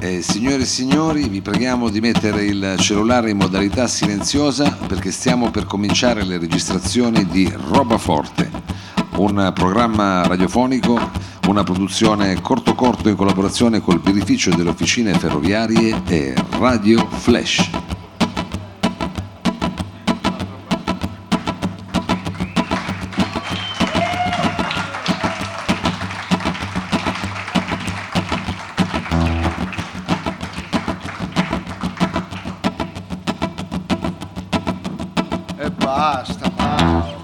Eh, signore e signori, vi preghiamo di mettere il cellulare in modalità silenziosa perché stiamo per cominciare le registrazioni di Roba Forte, un programma radiofonico, una produzione corto corto in collaborazione col birrificio delle officine ferroviarie e Radio Flash. E basta, basta.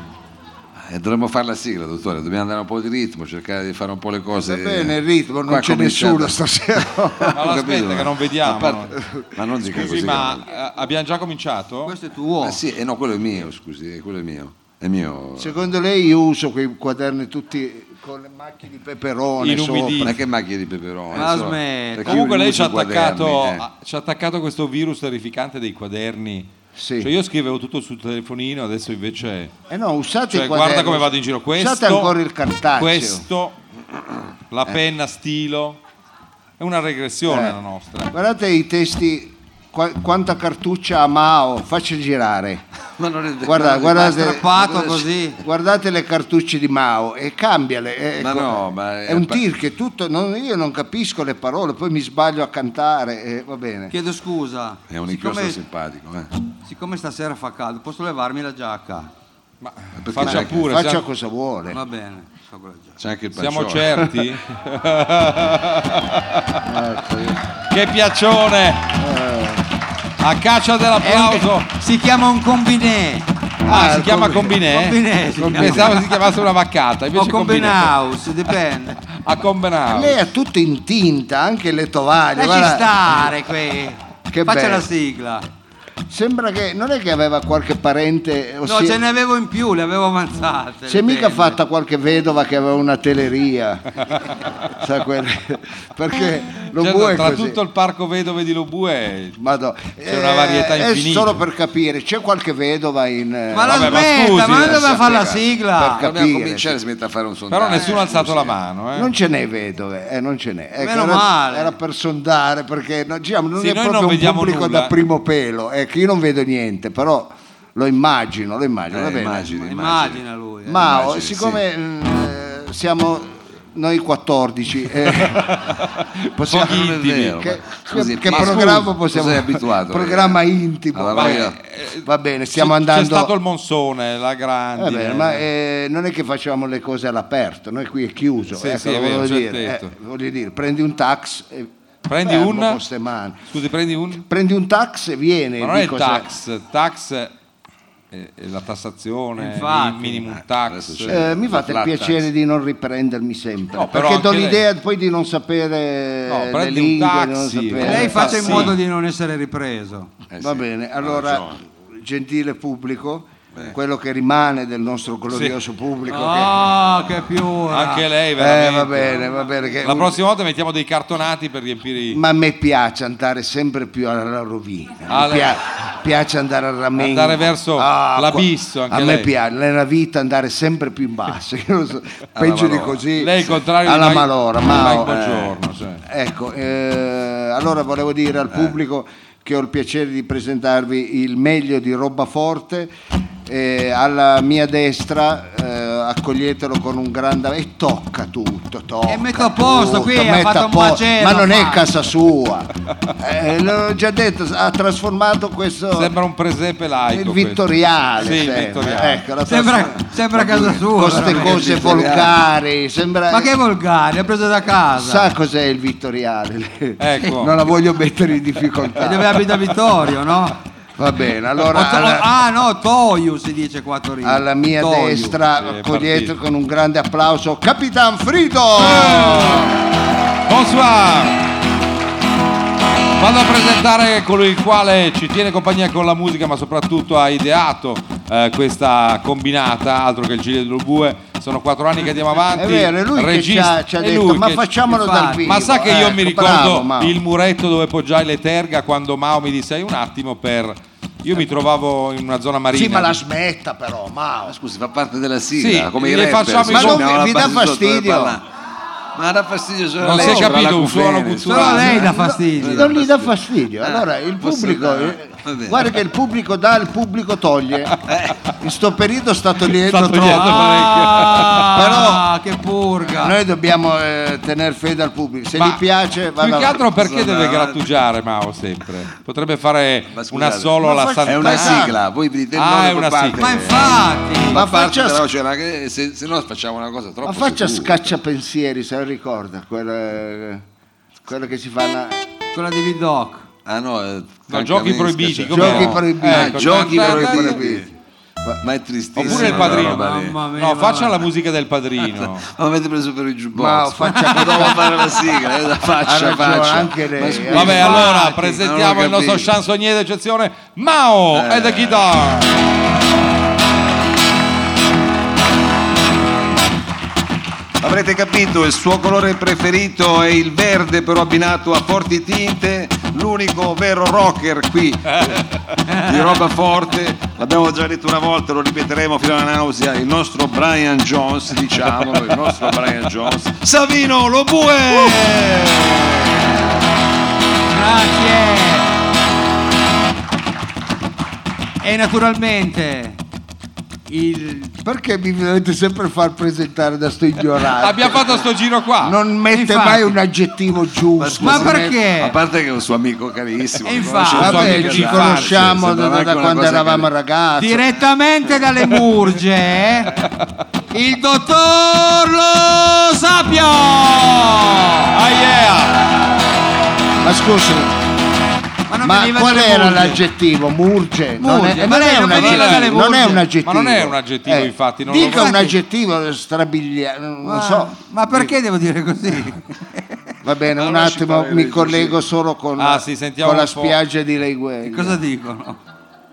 Eh, dovremmo fare la sigla, dottore, dobbiamo andare un po' di ritmo, cercare di fare un po' le cose. Va bene il ritmo, non Qua c'è comincia- nessuno stasera. Ho Ma allora capito, aspetta che non vediamo. A parte- Ma non dica Scusi, così. ma eh, abbiamo già cominciato? Questo è tuo. Ah, sì, eh, no, quello è mio, scusi, eh, quello è mio. È mio. Secondo lei io uso quei quaderni tutti con le macchie di peperone Inumiditi. sopra? Ma che macchie di peperone? Ma insomma, smetta. perché Eh, Ah, io Comunque li lei uso ci ha, i quaderni, attaccato, eh. a- ci ha attaccato questo virus terrificante dei quaderni. Sì. Cioè, io scrivevo tutto sul telefonino, adesso invece... Eh no, usate Cioè, i quaderni. guarda come vado in giro. Questo... Usate ancora il cartaceo. Questo, la penna stilo. È una regressione Eh. la nostra. Guardate i testi, qua- quanta cartuccia a Mao, faccia girare. Ma non è Guarda, guardate, strappato così. guardate le cartucce di Mao e cambiale. eh, Ma ecco. no, ma è un tir che tutto, non- io non capisco le parole, poi mi sbaglio a cantare, eh, va bene. Chiedo scusa. È un inchiostro siccome, simpatico, eh. siccome stasera fa caldo, posso levarmi la giacca? Ma perché faccia non è che- pure, Faccia siamo, cosa vuole. Va bene, so quella giacca. C'è anche il pancione. siamo certi? Ecco, io- che piaccione! Eh. A caccia È un- dell'applauso! si chiama un combiné. Ah, Ah, si il chiama combiné. Combinè? Combiné si chiama. Pensavo si chiamasse una vaccata, invece Ah, O è Combinè. combinhouse, dipende. A Combinau. Lei ha tutto in tinta, anche le tovaglie. Lasci guarda. stare qui. Che Faccia bello. la sigla. Sembra che non è che aveva qualche parente, No, ossia- ce ne avevo in più, le avevo avanzate. si è le mica penne. fatta qualche vedova che aveva una teleria. Sa quelle- Perché lo Cioè, vuoi tra così. tutto il parco vedove di Lobue Madò. C'è una varietà è infinita. Eh, solo per capire, c'è qualche vedova in. eh, Ma la Vabbè, ma smetta, scusi, ma, non adesso doveva fare la spiega. sigla. Perché- Dobbiamo Capire, cominciare si mette a fare un sondaggio. però nessuno ha alzato scusi. la mano eh. Eh, Non ce n'è vedove, eh, non ce n'è. Ecco, Meno era, male. era per sondare, perché no, diciamo, non Sì, è noi non proprio un vediamo pubblico nulla. da primo pelo. Ecco, io non vedo niente, però lo immagino, lo immagino. Eh, va bene. immagini, immagini. Immagina lui. eh. Ma immagini, siccome eh, siamo noi 14, eh, possiamo... Pochi Non è intimi. vero, Che, ma- scusi, che ma programma scusi, possiamo sei abituato? Programma ragazzi? intimo. Allora, va, vai, bene. eh, Va bene, stiamo C'è- andando. C'è stato il monsone, la Va grande. bene, ma eh, non è che facciamo le cose all'aperto, noi qui è chiuso. Sì, ecco, sì, è lo vero, volevo c'è il dire. tetto. Eh, voglio dire, prendi un tax. e Prendi fermo un- con ste mani. Scusi, prendi un. Prendi un tax e viene. Ma non è il Eh, dico, tax, tax è, è la tassazione, Infatti. il minimum adesso tax. c'è. se- eh, mi La fate il flat piacere tax. di non riprendermi sempre. No, però perché do anche lei- l'idea poi di non sapere No, le prendi un lingue. taxi, non sapere- eh, Lei faccia in sì. modo di non essere ripreso. Eh, Va sì, bene, ha allora, ragione. gentile pubblico, quello che rimane del nostro glorioso pubblico. che- Oh, che piura. Anche Eh, lei, Ah, veramente. va bene, va bene. che- La prossima volta mettiamo dei cartonati per riempire i. Ma a me piace andare sempre più alla rovina. Mi Alla- pia- piace andare al rammendo. Andare verso l'abisso, qua- anche a me lei. piace nella vita andare sempre più in basso. Io non so, peggio di malora. così. Lei è il contrario alla di Mike- malora. di Ma Mike eh, Bongiorno, cioè. Ecco, eh, allora volevo dire Eh. al pubblico che ho il piacere di presentarvi il meglio di Roba Forte. Eh, alla mia destra eh, accoglietelo con un grande e tocca tutto tocca E metto a posto, tutto, qui ha mette fatto a un posto. macello, ma non è fa. casa sua Eh, l'ho già detto ha trasformato questo Sembra un presepe laico. il questo. vittoriale Sì, il sembra. vittoriale. Ecco, la Sembra, trasforma- sembra casa sua. con queste veramente. cose volgari sembra Ma che volgari, l'ha preso da casa. sa cos'è il vittoriale Ecco. non la voglio mettere in E dove difficoltà abita Vittorio, no? va bene O allora Eh, to- alla, ah no, Toiu si dice qua a Torino. alla mia Toiu. Sì, destra è accoglietelo partito. con un grande applauso Capitan Frido Eh, Bonsoir! Vado a presentare colui il quale ci tiene compagnia con la musica, ma soprattutto ha ideato eh, questa combinata, altro che il Gile dello Bue. Sono quattro anni che andiamo avanti. È vero, è lui che ci regista- ha, ci ha è detto, lui ma che- facciamolo dal infatti. vivo. Ma sa che io mi Ecco, ricordo bravo, Mao. il muretto dove poggiai le terga quando Mao mi disse "Hai un attimo per... Io mi trovavo in una zona marina. Sì, ma la smetta però, Mao. Scusi, fa parte della sigla, Sì, come i le rapper, facciamo sì, i Ma abbiamo non compiti. la vi, vi dà base sotto per fastidio? parlare. Ma dà fastidio solo Non lei, si è sopra la capito, un cufene, suono sopra- gutturale. Solo lei dà No, fastidio. non gli dà fastidio. Ah, Allora il forse pubblico, no, eh, va bene. Eh. guarda che il pubblico dà, il pubblico toglie. In sto periodo sta togliendo Sta togliendo troppo. Ah, che purga. Noi dobbiamo eh, tenere fede al pubblico. Se Ma gli piace, va più che altro perché Sono deve avanti. grattugiare Mao sempre potrebbe fare Ma scusate, una solo ma alla forse- Sant'Anna È una Esatto. sigla, voi vi dite il Ah, nome è per una parte. sigla. Ma infatti. Ma Ma parte faccia- però c'è una che- se, se no facciamo una cosa troppo Ma faccia sicura. scacciapensieri, se la ricorda, quella, quella che si fa la- Quella di Vidoc. Ah no, eh, No, giochi francamente proibiti, scaccia- com'era? Giochi proibiti. Ah, Ecco, giochi tanta- proibiti. Ma- Ma è tristissimo. Oppure il padrino. quella roba lì. Mamma mia. no faccia la musica del padrino Certo. Ma avete preso per il Ma giubbotto. faccia- Ma dovevo fare la sigla, eh, la Ha faccia, ragione, faccia. anche lei, Ma eh. scusa, vabbè allora non presentiamo ho il nostro capito. chansonnier d'eccezione Mao Eh. e the guitar Avrete capito, il suo colore preferito è il verde, però abbinato a forti tinte. L'unico vero rocker qui eh, di roba forte, l'abbiamo già detto una volta, lo ripeteremo fino alla nausea. Il nostro Brian Jones, diciamolo, il nostro Brian Jones, Savino Lobue. Grazie. E naturalmente il Perché mi dovete sempre far presentare da sto ignorante? abbiamo fatto sto giro qua Non mette Infatti. mai un aggettivo giusto. scusa, Ma non è- perché? A parte che è un suo amico carissimo. E mi infatti, conosce da vabbè, amica ci da- conosciamo sembra da, da anche una quando cosa eravamo che- ragazzi. direttamente dalle Murge eh, il dottor Lo Sapio. ah yeah Ma scusi, Ma non ma veniva qual dalle era Murge. l'aggettivo? Murge? non Murge, è, ma non lei è non un veniva dalle aggettivo, non è Murge. un aggettivo. Eh, Ma non è un aggettivo, infatti, non lo dica so. un aggettivo strabiliato, non Ma, so. ma perché devo dire così? Va bene, un Allora ci attimo, parlerete, mi collego solo con, Ah, sì, sentiamo con la un po'. spiaggia di Leiguello. Cosa dicono?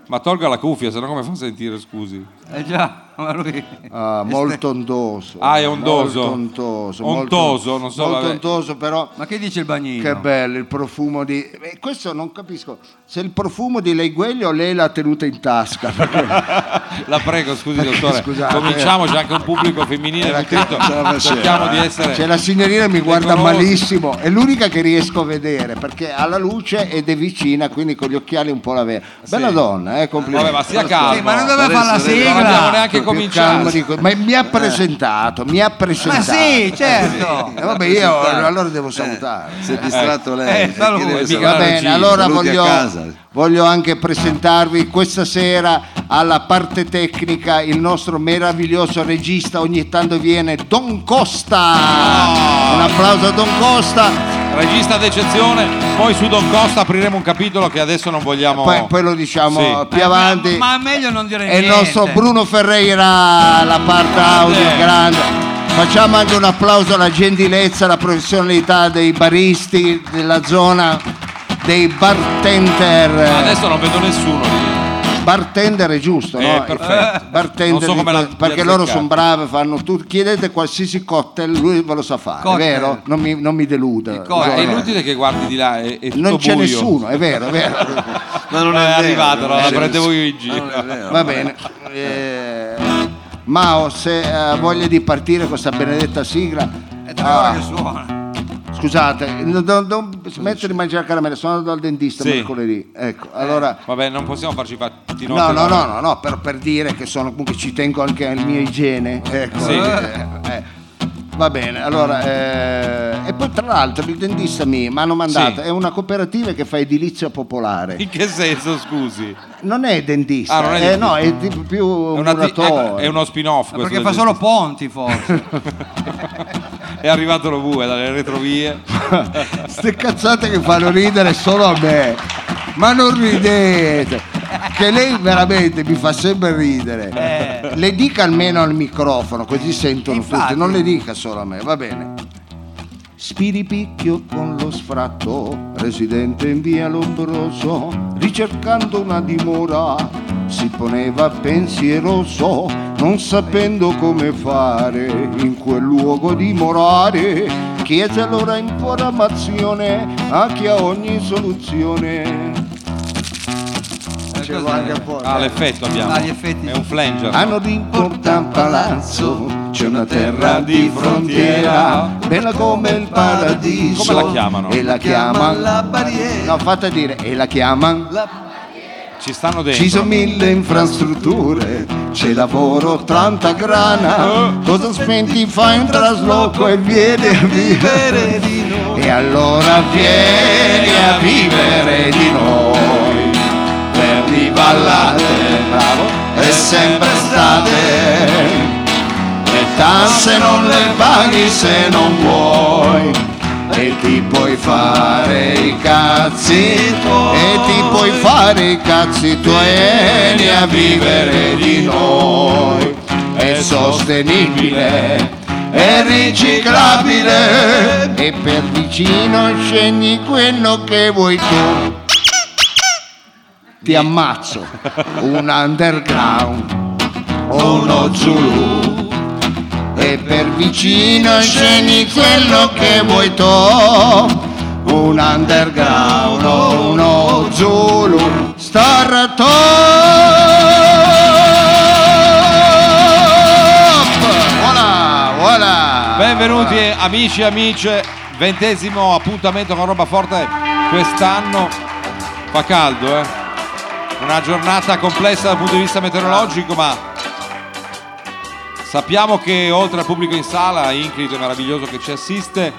ma tolga la cuffia sennò come fa a sentire scusi Eh già, ma lui... Ah, molto ondoso. Ah, è ondoso. Molto ondoso. Ontoso, molto- non so, Molto vabbè. ondoso, però... Ma che dice il bagnino? Che bello il profumo di. eh, questo non capisco. Se il profumo di Leiguelio lei l'ha tenuta in tasca. perché- la prego scusi dottore scusate. cominciamo c'è anche un pubblico femminile Era che- tutto. ce la faceva, cerchiamo di eh. essere Cioè, la signorina mi guarda conosco. malissimo. È l'unica che riesco a vedere perché ha la luce ed è vicina, quindi con gli occhiali un po' la vera. Bella donna, eh, complimenti. Vabbè, ma sia Più calmo. Sì, ma non doveva fare la Adesso deve- Non abbiamo sigla. neanche Eh. calmo cominciato. di co- Ma mi ha presentato, mi ha presentato. Ma sì, certo. Eh, vabbè, io allora devo salutare. Eh, Si è distratto lei. eh, perché salvo, deve mica salutare? Va bene, Regina, allora saluti a voglio, casa. voglio anche presentarvi questa sera alla parte tecnica il nostro meraviglioso regista, ogni tanto viene Don Costa. Un applauso a Don Costa. Regista d'eccezione, poi su Don Costa apriremo un capitolo che adesso non vogliamo. Poi, poi lo diciamo Sì. più avanti. Eh, Ma, ma meglio non dire È niente. il nostro Bruno Ferreira, la parte audio grande. Facciamo anche un applauso alla gentilezza, alla professionalità dei baristi della zona, dei bartender. Ma Adesso non vedo nessuno lì. Bartender è giusto, Eh, no? perfetto. Bartender Non so di come la- que- li perché azzeccate. loro sono bravi, fanno tutto. Chiedete qualsiasi cocktail, lui ve lo sa fare, Cocktail. è vero? Non mi, non mi deluda. cocktail. Ma è Giovanni. inutile che guardi di là, è, è tutto Non c'è buio. nessuno, è vero, è vero. Ma non Eh, è, è vero, arrivato, non no, la c'è prendevo io in nessuno. giro. Ma non è vero. Va bene. Eh, Mao, se eh, ha voglia di partire questa benedetta sigla. Eh, È tre ore Ah, che suona. scusate, non, non- non smettere di mangiare caramelle, sono andato dal dentista Sì. mercoledì. Ecco, allora. Vabbè, non possiamo farci fatti No, no, no, no, no, per, per dire che sono comunque ci tengo anche al mio igiene. Ecco. Ah, Sì. Eh, eh. Va bene, allora, eh, e poi tra l'altro il dentista mi mi hanno mandato, Sì. è una cooperativa che fa edilizia popolare, In che senso, scusi? non è dentista, Ah, non è eh, dentista. no, è di- più È, un una- ecco, muratore. è uno spin-off. questo Ma perché del fa solo ponti forse. dentista. È arrivato lo bue dalle retrovie. Ste cazzate che fanno ridere solo a me, ma non ridete, che lei veramente mi fa sempre ridere. Eh. Le dica almeno al microfono, così sentono Infatti. tutti, non le dica solo a me, va bene. Spiripicchio con lo sfratto, residente in via Lombroso, ricercando una dimora, si poneva pensieroso, non sapendo come fare in quel luogo dimorare. Chiese allora in formazione a chi ha ogni soluzione. Ecco, dicevo Cos'è? anche un po'. Ah, l'effetto abbiamo. Ah, gli effetti. È un flanger. Hanno di un palazzo, c'è una terra di frontiera, bella come il paradiso. Come la chiamano? E la Chiama la chiamano. barriera. No, fatta dire, e la chiamano. La- Ci stanno Ci dentro. sono mille infrastrutture, c'è lavoro, tanta grana, Eh. cosa spenti fai un trasloco e vieni a vivere. vivere di noi. E allora vieni a vivere di noi, per di ballate, bravo, è sempre estate. Le tasse non le paghi se non vuoi e ti puoi fare i cazzi e ti puoi fare i cazzi tuoi vieni a vivere di noi è sostenibile è riciclabile e per vicino scegli quello che vuoi tu ti ammazzo un underground o uno zulu e per vicino scegli quello che vuoi tu un underground o uno zulu star top voilà Ah, voilà Benvenuti amici e amiche, ventesimo appuntamento con Roba Forte quest'anno. Fa caldo, eh? Una giornata complessa dal punto di vista meteorologico, ma sappiamo che oltre al pubblico in sala, inclito e meraviglioso che ci assiste,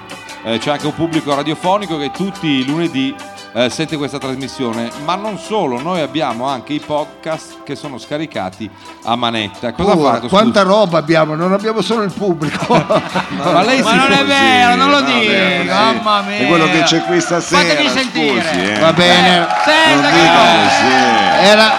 eh, c'è anche un pubblico radiofonico che tutti i lunedì eh, sente questa trasmissione. Ma non solo, noi abbiamo anche i podcast che sono scaricati a manetta. Cosa Pura, ha fatto? Uh, quanta scusa? roba abbiamo non abbiamo solo il pubblico Ma lei Ma si non è così. vero, non lo no, dire, beh, mamma mia. È quello che c'è qui stasera. Fatemi sentire. Scusi, eh. va bene Senta Non che dica cosa- così. era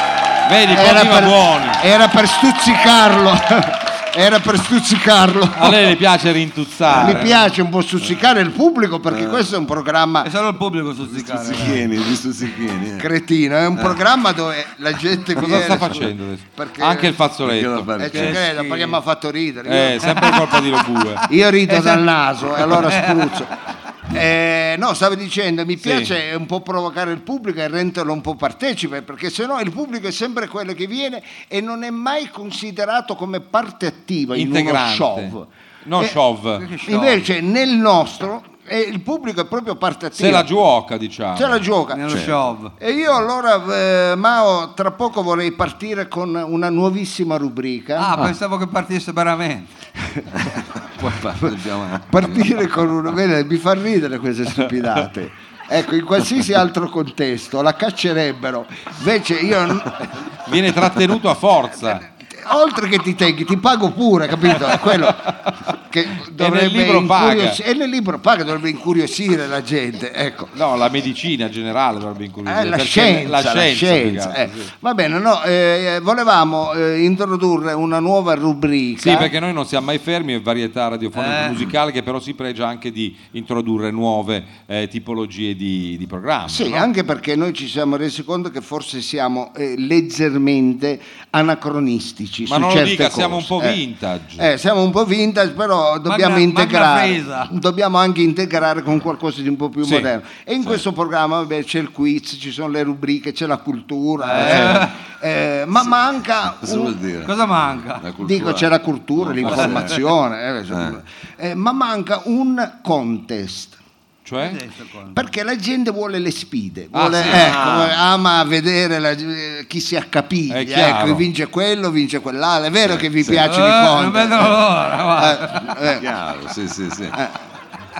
Vedi, era continua buoni. era per stuzzicarlo era per stuzzicarlo A lei le piace rintuzzare. Mi piace un po' stuzzicare il pubblico Eh. perché questo è un programma È Esatto. solo il pubblico stuzzicare. Stuzzichini, gli stuzzichini, eh. cretino, è un programma dove la gente Cosa viene- sta facendo adesso? Eh, Perché- Anche il Perché lo fazzoletto. fa- Eh, ci credo, perché mi ha fatto ridere. Io- Eh, sempre colpa di Lobue. Io rido dal naso e allora spruzzo. Eh, no, stavo dicendo, mi piace un po' provocare il pubblico e renderlo un po' partecipe, perché sennò il pubblico è sempre quello che viene e non è mai considerato come parte attiva Integrante. in uno show. Non Eh, show. Invece nel nostro eh, il pubblico è proprio parte attiva. Se la giuoca, diciamo. Se Cioè la gioca. Nello show. E io allora, eh, Mao, tra poco vorrei partire con una nuovissima rubrica. Ah, pensavo che partisse veramente. Poi fa- dobbiamo- Partire con una... Vede, mi fa ridere queste stupidate. Ecco, in qualsiasi altro contesto la caccerebbero. Invece io, n- Viene trattenuto a forza. oltre che ti teghi, ti pago pure, capito? È Quello che dovrebbe libro incurios- paga. E nel libro paga, dovrebbe incuriosire la gente. Ecco. No, la medicina generale dovrebbe incuriosire. Eh, la, perché scienza, la scienza, più che altro, eh. sì. Va bene, no, eh, volevamo eh, introdurre una nuova rubrica. Sì, perché noi non siamo mai fermi, è varietà radiofonica Eh. musicale che però si pregia anche di introdurre nuove eh, tipologie di, di programma. Sì, no? anche perché noi ci siamo resi conto che forse siamo eh, leggermente anacronistici. Ma su non lo certe dica, cose. siamo un po' Eh. vintage. Eh, siamo un po' vintage, però dobbiamo Magna- integrare. magna fresa. Dobbiamo anche integrare con qualcosa di un po' più Sì, moderno. E in sì. questo programma vabbè, c'è il quiz, ci sono le rubriche, c'è la cultura. eh, eh, ma manca Cosa un, vuol dire? Cosa manca? La cultura. Dico c'è la cultura, l'informazione, eh, eh, ma manca un contest. Cioè? Perché la gente vuole le sfide, Ah, vuole- sì. ecco, ama vedere la- eh, chi si accapiglia, È chiaro. ecco, vince quello, vince quell'altro. È vero che vi piacciono Eh, i non vedo contest. l'ora. guarda. Eh, eh, Chiaro, sì, sì, sì.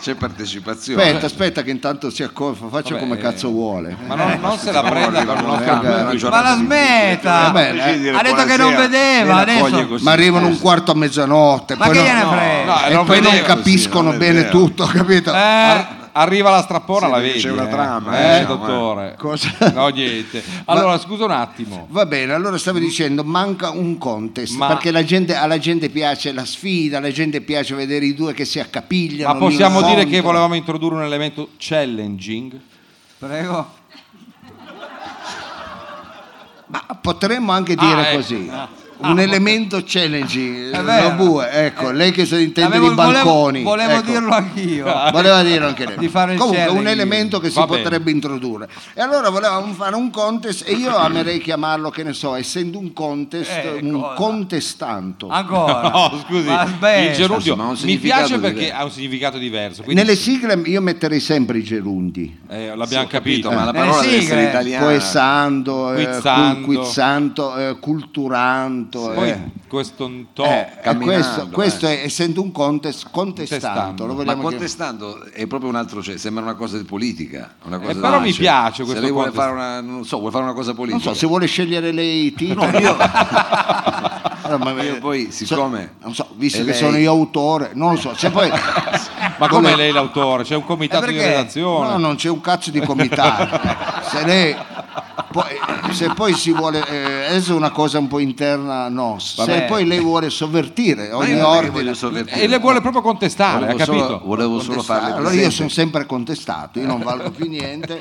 C'è partecipazione. Aspetta, aspetta che intanto si accorga, faccia Vabbè, Eh, come cazzo vuole. Ma non, Eh, non se la Siamo prenda arrivati con uno a scambio. una Ma giornata la di- smetta! Va bene, eh. Ha detto che non Buonasera. vedeva Lei la adesso. coglie così. Eh, Ma arrivano un quarto a mezzanotte, Ma poi che non- gliene frega? No, e non poi eh, non vedeva così, capiscono non è bene vero. tutto, capito? Eh, Ar- arriva la strappola, Sì, la perché vedi. c'è una eh. trama, eh, eh, diciamo, dottore. Cosa- No, niente. Allora, scusa un attimo. Va bene, allora stavo dicendo, manca un contest, Ma- perché la gente- alla gente piace la sfida, alla gente piace vedere i due che si accapigliano. Ma possiamo l'incontro. dire che volevamo introdurre un elemento challenging? prego. Ma potremmo anche dire Ah, ecco. così. un elemento challenging, È vero. Lobue, ecco, lei che si intende Avevo- di volevo- balconi. Volevo ecco. Ah. dirlo anch'io. Voleva dire anche lei. Di fare il Comunque, challenge. un elemento che si Va bene. potrebbe introdurre. E allora volevamo fare un contest e io amerei chiamarlo, che ne so, essendo un contest, Eh, un cosa? Ah, contestanto. Ancora. No, scusi, Ma smetti. il gerundio Sì, ma ha un mi significato piace perché diverso. ha un significato diverso, quindi Nelle sigle io metterei sempre i gerundi. eh, l'abbiamo Ho capito, capito. ma la Eh, parola deve sigle. essere italiana. Poesando, eh, Quizzando. cu- quizzanto, eh, culturanto. Poi eh. questo un to- Eh, e oh, camminando, questo, eh. questo è, essendo un contest Contestando. contestanto, lo Ma vogliamo chiamare. contestando è proprio un altro, cioè, sembra una cosa di politica. Una cosa Eh, però mi cioè, piace questo Se lei vuole contest- fare una, non so, vuole fare una cosa non politica. so se vuole scegliere lei i titoli. Allora, ma- eh, Io poi, siccome non so, visto è che lei- sono io autore, non lo so, se poi Ma come lei l'autore? C'è un comitato Eh, di perché? redazione. no, non c'è un cazzo di comitato. se lei poi- se poi si vuole eh, adesso è una cosa un po' interna nostra, se Vabbè. poi lei vuole sovvertire Ma ogni io non è che ordine. voglio sovvertire. E le vuole proprio contestare, ha volevo capito? solo, volevo solo farle Allora io sono presente. sempre contestato, io non valgo più niente.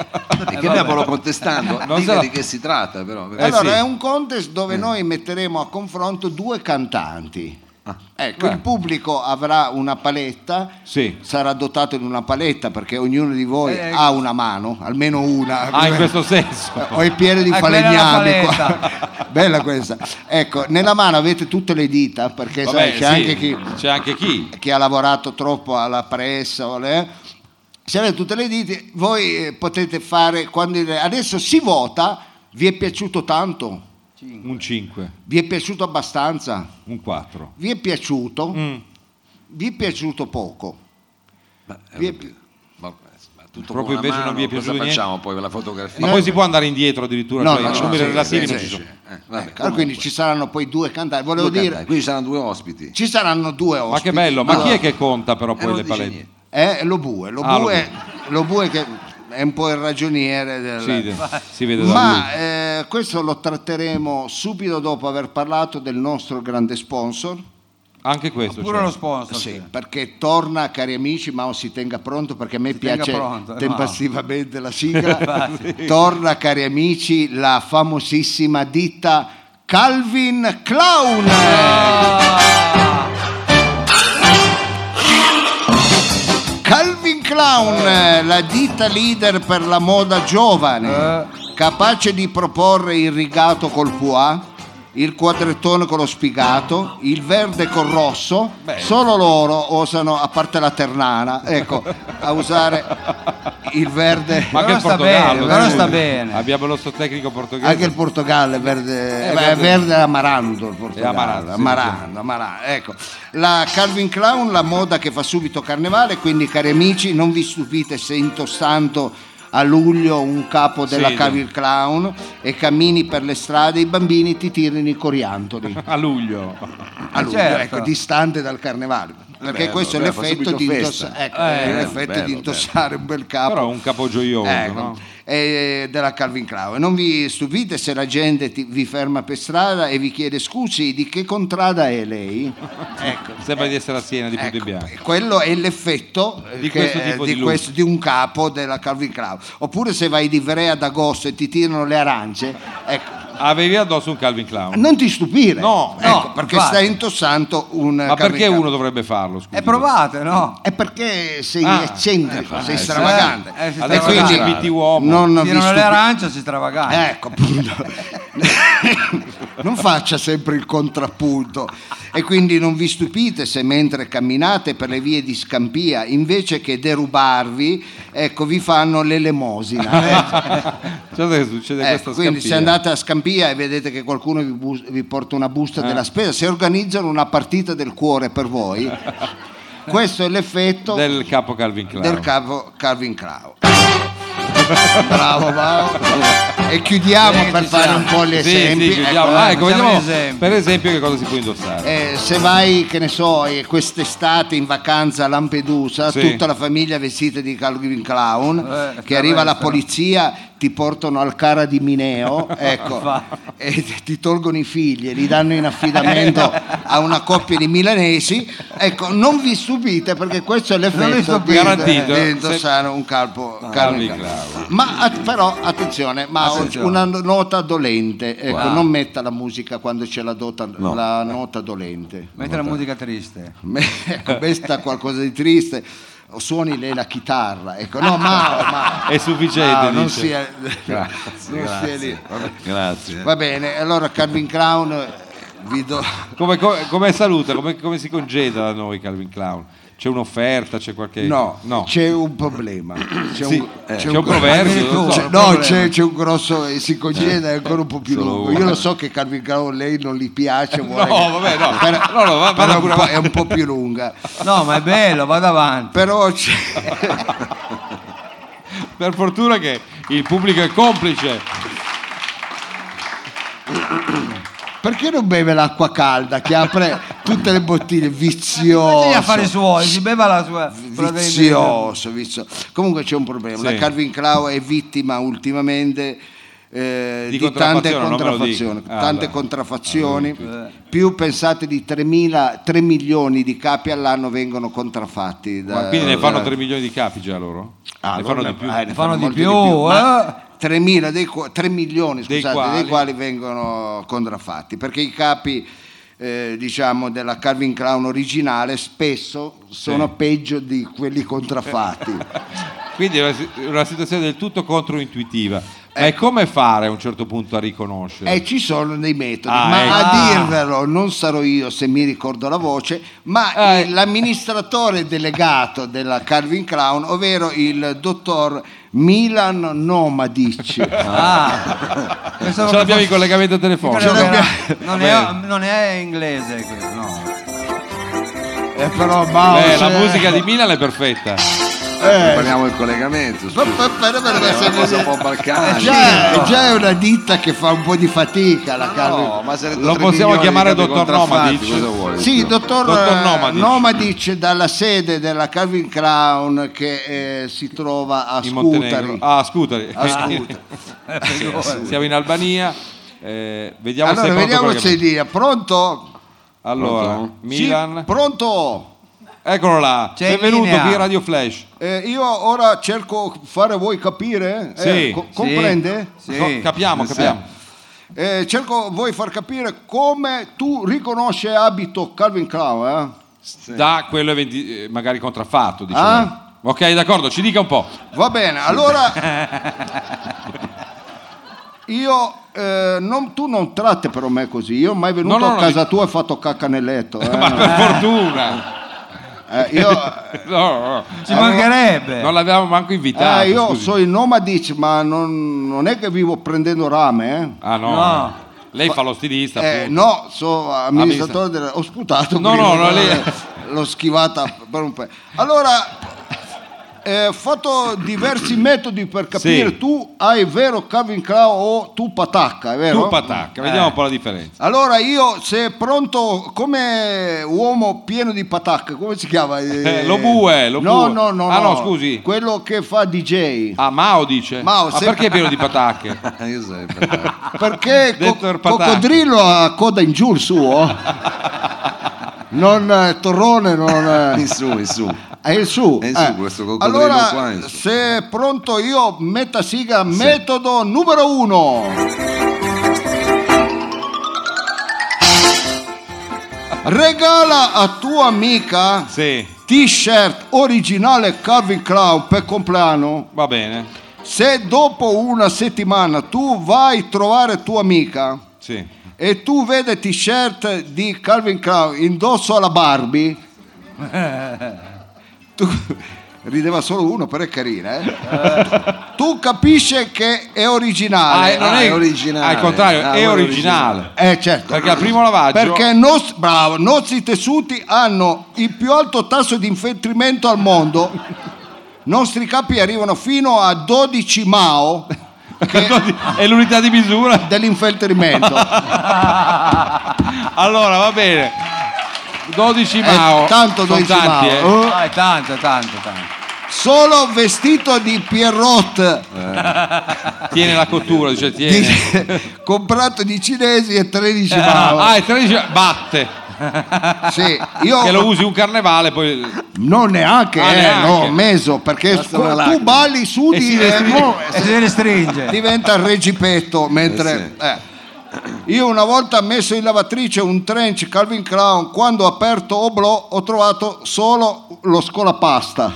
E chiamiamolo contestando, Non dica sarà- di che si tratta però. Eh, allora sì. è un contest Mm. dove noi metteremo a confronto due cantanti. Ah. Ecco, Beh. Eh. il pubblico avrà una paletta, Sì. sarà dotato di una paletta perché ognuno di voi Eh, ha una mano, almeno una. Ah, in questo senso. Ho i piedi di Ecco, Ah, quella è la falegname qua. paletta. Bella questa. Ecco, nella mano avete tutte le dita perché Eh, sai, Vabbè, c'è sì, anche chi c'è anche chi. chi ha lavorato troppo alla pressa, o le- se avete tutte le dita, voi eh, potete fare quando il- adesso si vota, vi è piaciuto tanto, Un 5, vi è piaciuto abbastanza, un 4. vi è piaciuto, Mm. vi è piaciuto poco. Vi è pi- Ma, ma tutto con la Proprio invece mano, non vi è cosa piaciuto facciamo poi la fotografia? Ma poi si può andare indietro addirittura, No, cioè no, i no, numeri sì, relativi sì, non sì, ci sono. Eh, vabbè, Allora, quindi comunque. ci saranno poi due cantanti, volevo Due dire, cantanti, qui ci saranno due ospiti. ci saranno due ospiti. Ma che bello, ma chi è che conta però Eh, poi non le dice palette? niente. Eh, lo bue, lo Ah, lo bue, lo bue che è un po' il ragioniere del... Sì, de- si vede da Ma lui. eh, questo lo tratteremo subito dopo aver parlato del nostro grande sponsor, Anche questo. Pure c'è. lo Ah, sponsor. Sì, sì. perché torna, cari amici, Mao si tenga pronto perché a me tenga piace pronto, tempestivamente la sigla. torna, cari amici, la famosissima ditta Calvin Clown. Calvin Clown, la ditta leader per la moda giovane, capace di proporre il rigato col pois, il quadrettone con lo spigato, il verde col rosso, solo loro osano, a parte la ternana, ecco, a usare il verde. Ma anche Però il sta Portogallo. bene, però scusi. sta bene. Abbiamo il nostro tecnico portoghese. Anche il Portogallo è verde, Eh, beh, è verde- verde amarando il Portogallo, È amarando, sì, amarando, amarando, ecco. La Calvin Clown, la moda che fa subito carnevale, quindi cari amici non vi stupite se intossando a luglio un capo della Sì, Calvin Clown e cammini per le strade i bambini ti tirano i coriandoli A luglio. a luglio, Certo. ecco, distante dal carnevale. Perché Bello, questo bello, è fa l'effetto subito di, festa. intossa- ecco, Eh, è bello, l'effetto bello, di intossare un bel capo. Però un capo gioioso, Ecco, no? eh, della Calvin Klein. Non vi stupite se la gente ti- vi ferma per strada e vi chiede scusi di che contrada è lei? ecco. Sembra di essere a Siena di punto ecco, in bianco. quello è l'effetto eh, Di che- questo tipo di look. questo- di un capo della Calvin Klein. Oppure se vai di Verea ad agosto e ti tirano le arance, ecco, Avevi addosso un Calvin Clown. non ti stupire. No, Ecco, no, perché infatti. stai intossando un Ma Calvin perché Klein. uno dovrebbe farlo? Scusi. E Eh, provate, no? È perché sei Ah, eccentrico, sei eh, stravagante. eh, sei e stravagante. quindi PT uomo. non vi Tirano le stupite. arance si stravagano. Ecco, appunto. non faccia sempre il contrappunto. E quindi non vi stupite se mentre camminate per le vie di Scampia, invece che derubarvi, ecco, vi fanno l'elemosina. Eh, Certo che succede ecco, questa quindi se scampia. andate a Scampia e vedete che qualcuno vi, bus- vi porta una busta della spesa, se organizzano una partita del cuore per voi, questo è l'effetto Del capo Calvin Klein. del capo Calvin Clau. Bravo Mao. E chiudiamo Bene che per ci fare siamo. un po' gli Sì, esempi. sì, chiudiamo. Ecco, Ah, ecco, facciamo vediamo gli esempi. per esempio che cosa si può indossare. eh, se vai, che ne so, eh, quest'estate in vacanza a Lampedusa, Sì. tutta la famiglia vestita di Calvin Clown, Eh, che arriva la terrestre. polizia, ti portano al cara di Mineo ecco, e ti tolgono i figli e li danno in affidamento Eh, a una coppia di milanesi, ecco, non vi stupite perché questo è l'effetto di, eh, Garantito. di indossare un calpo. calvo in calvo. Ma att- però attenzione, ma ho Attenzione. una nota dolente, ecco, Wow. non metta la musica quando c'è la, dota- la nota dolente. Metti la musica triste. Me- ecco, questa è qualcosa di triste. O Suoni lei la chitarra, ecco, no, Mao, Mao. È sufficiente, Mao, non dice. sia, non sia lì. Grazie. Va bene, allora Calvin Crown eh, vi do Come, come- come saluta, come, come si congeda da noi Calvin Clown? C'è un'offerta, c'è qualche... No, no. c'è un problema. C'è Sì, un, eh, c'è un proverbio, non so. C'è- no, c'è, c'è un grosso. eh, Si congeda è ancora un po' più solo lungo. uno. Io lo so che Calvin Crown lei non gli piace. vuole- vabbè, no. No, no, va- vada però è un pure po'- avanti. è un po' più lunga. No, ma è bello, vado avanti. Però c'è. Per fortuna che il pubblico è complice. Perché non beve l'acqua calda che apre tutte le bottiglie? Vizioso. Vedi a fare i suoi, si beva la sua. quella dei- Oh, Vizioso, vizioso. Comunque c'è un problema. Sì. La Calvin Clau è vittima ultimamente eh, Di di, tante contraffazione, non me lo dica. contraffazioni. Ah, tante allora. contraffazioni. Più pensate di 3.000, 3 milioni di capi all'anno vengono contraffatti. da- Ma quindi ne fanno da- 3 milioni di capi già loro? Ah, ne allora fanno di più. ah, Ne fanno di molti più, ma eh? 3.000 dei qua- 3 milioni Dei scusate, dei, quali? quali... vengono contraffatti perché i capi eh, diciamo della Calvin Crown originale spesso sono peggio di quelli contraffatti Quindi è una, si- una situazione del tutto controintuitiva. Ma è Ecco. come fare a un certo punto a riconoscere? e ci sono dei metodi Ah, ma ecco. a dirvelo non sarò io se mi ricordo la voce ma Ah, il- l'amministratore delegato della Calvin Crown ovvero il dottor Milan Nomadic Ah, pensavo Ce che l'abbiamo in fosse- collegamento telefonico. Credo Ce che era- l'abbiamo. non, è, non è inglese, quello, no. Eh, però Mao, Beh, la se- musica di Milan è perfetta. Eh. Parliamo del collegamento. scusa. È una cosa un po' Eh, balcanica. certo. Già, già è una ditta che fa un po' di fatica la Calvin No, ma se ne Lo sono tre possiamo milioni di chiamare capi dottor contraffatti, Nomadic? Cosa vuoi? Sì, il dottor dottor, Dottor eh, Nomadic. Nomadic. dalla sede della Calvin Crown che eh, si trova a in Montenegro. Scutari. Ah, Scutari. A Scutari. Siamo in Albania. Eh, vediamo se allora, è pronto. vediamo il se è collegamento. lì. Pronto? Allora, Pronto? Milan. Sì, pronto? Eccolo là. C'è in Benvenuto linea. qui a Radio Flash. Eh, io ora cerco di fare voi capire. Sì. Eh, co- comprende? Sì. Co- capiamo, capiamo. Eh, cerco voi far capire come tu riconosci abito Calvin Crown. eh? Da quello eventi- eh, magari contraffatto, diciamo. Ah? Ok, d'accordo, ci dica un po'. Va bene, allora io eh, non- tu non tratti per me così. Io mai venuto No, no, a no, casa tua e fatto cacca nel letto. eh. Ma per fortuna. Eh, io No, no. Ci mancherebbe. Non l'avevamo manco invitato. eh, io scusi. sono il nomadic, ma non, non è che vivo prendendo rame. Ah no. No. Lei fa lo stilista, Eh. Eh, appunto. Ah, no, sono amministratore del... Ho sputato. No, prima, eh, no, no, lei- L'ho schivata per un po'. Allora... eh, Ho fatto diversi metodi per capire Sì. tu hai vero Calvin Crow o tu patacca, è vero? Tu patacca, vediamo un po' la differenza. Allora io se pronto come uomo pieno di patacche, come si chiama? Eh, Eh, lo bue, lo no, bue. No, no, Ah, no, scusi. Quello che fa DJ. Ah, Mao dice. Mao, Ma se- perché è pieno di patacche? Ah, Io sarei per- Perché co- Detto il patacche. coccodrillo ha coda in giù il suo. non eh, torrone, non... in eh, su, in su. È il suo. eh. È il suo, questo coccodrillo allora, qua, è il suo. se è pronto io metta siga metodo numero uno. Regala a tua amica Sì, t-shirt originale Calvin Klein per compleanno. va bene. Se dopo una settimana tu vai a trovare tua amica Sì. e tu vedi t-shirt di Calvin Klein indosso alla Barbie, tu rideva solo uno, però è carina, eh? tu capisci che è Ah, originale. eh, non ah, è, è originale. Al contrario, Ah, è quello è originale. Eh certo. Perché al primo lavaggio Perché i nos- bravo, i nostri tessuti hanno il più alto tasso di infettimento al mondo. I nostri capi arrivano fino a 12 Mao che- è l'unità di misura. dell'infettimento. Allora, va bene. 12 Eh, Mao. tanto sono 12 tanti, Eh, Mao. eh. Oh. Ah, è tanto, tanto, tanto. solo vestito di Pierrot eh. Tiene la cottura, dice tiene. di- comprato di cinesi e 13 mao. Eh. Ah, e 13 batte. Sì, io Che lo usi un carnevale, poi non neanche, Ah, eh, neanche. Eh, no, meso, perché Basta una tu lacrima. balli E si sudi e, vesti- mo- E Eh, si restringe. diventa il regipetto mentre eh. Io una volta messo in lavatrice un trench Calvin Crown, quando ho aperto Oblò ho trovato solo lo scolapasta,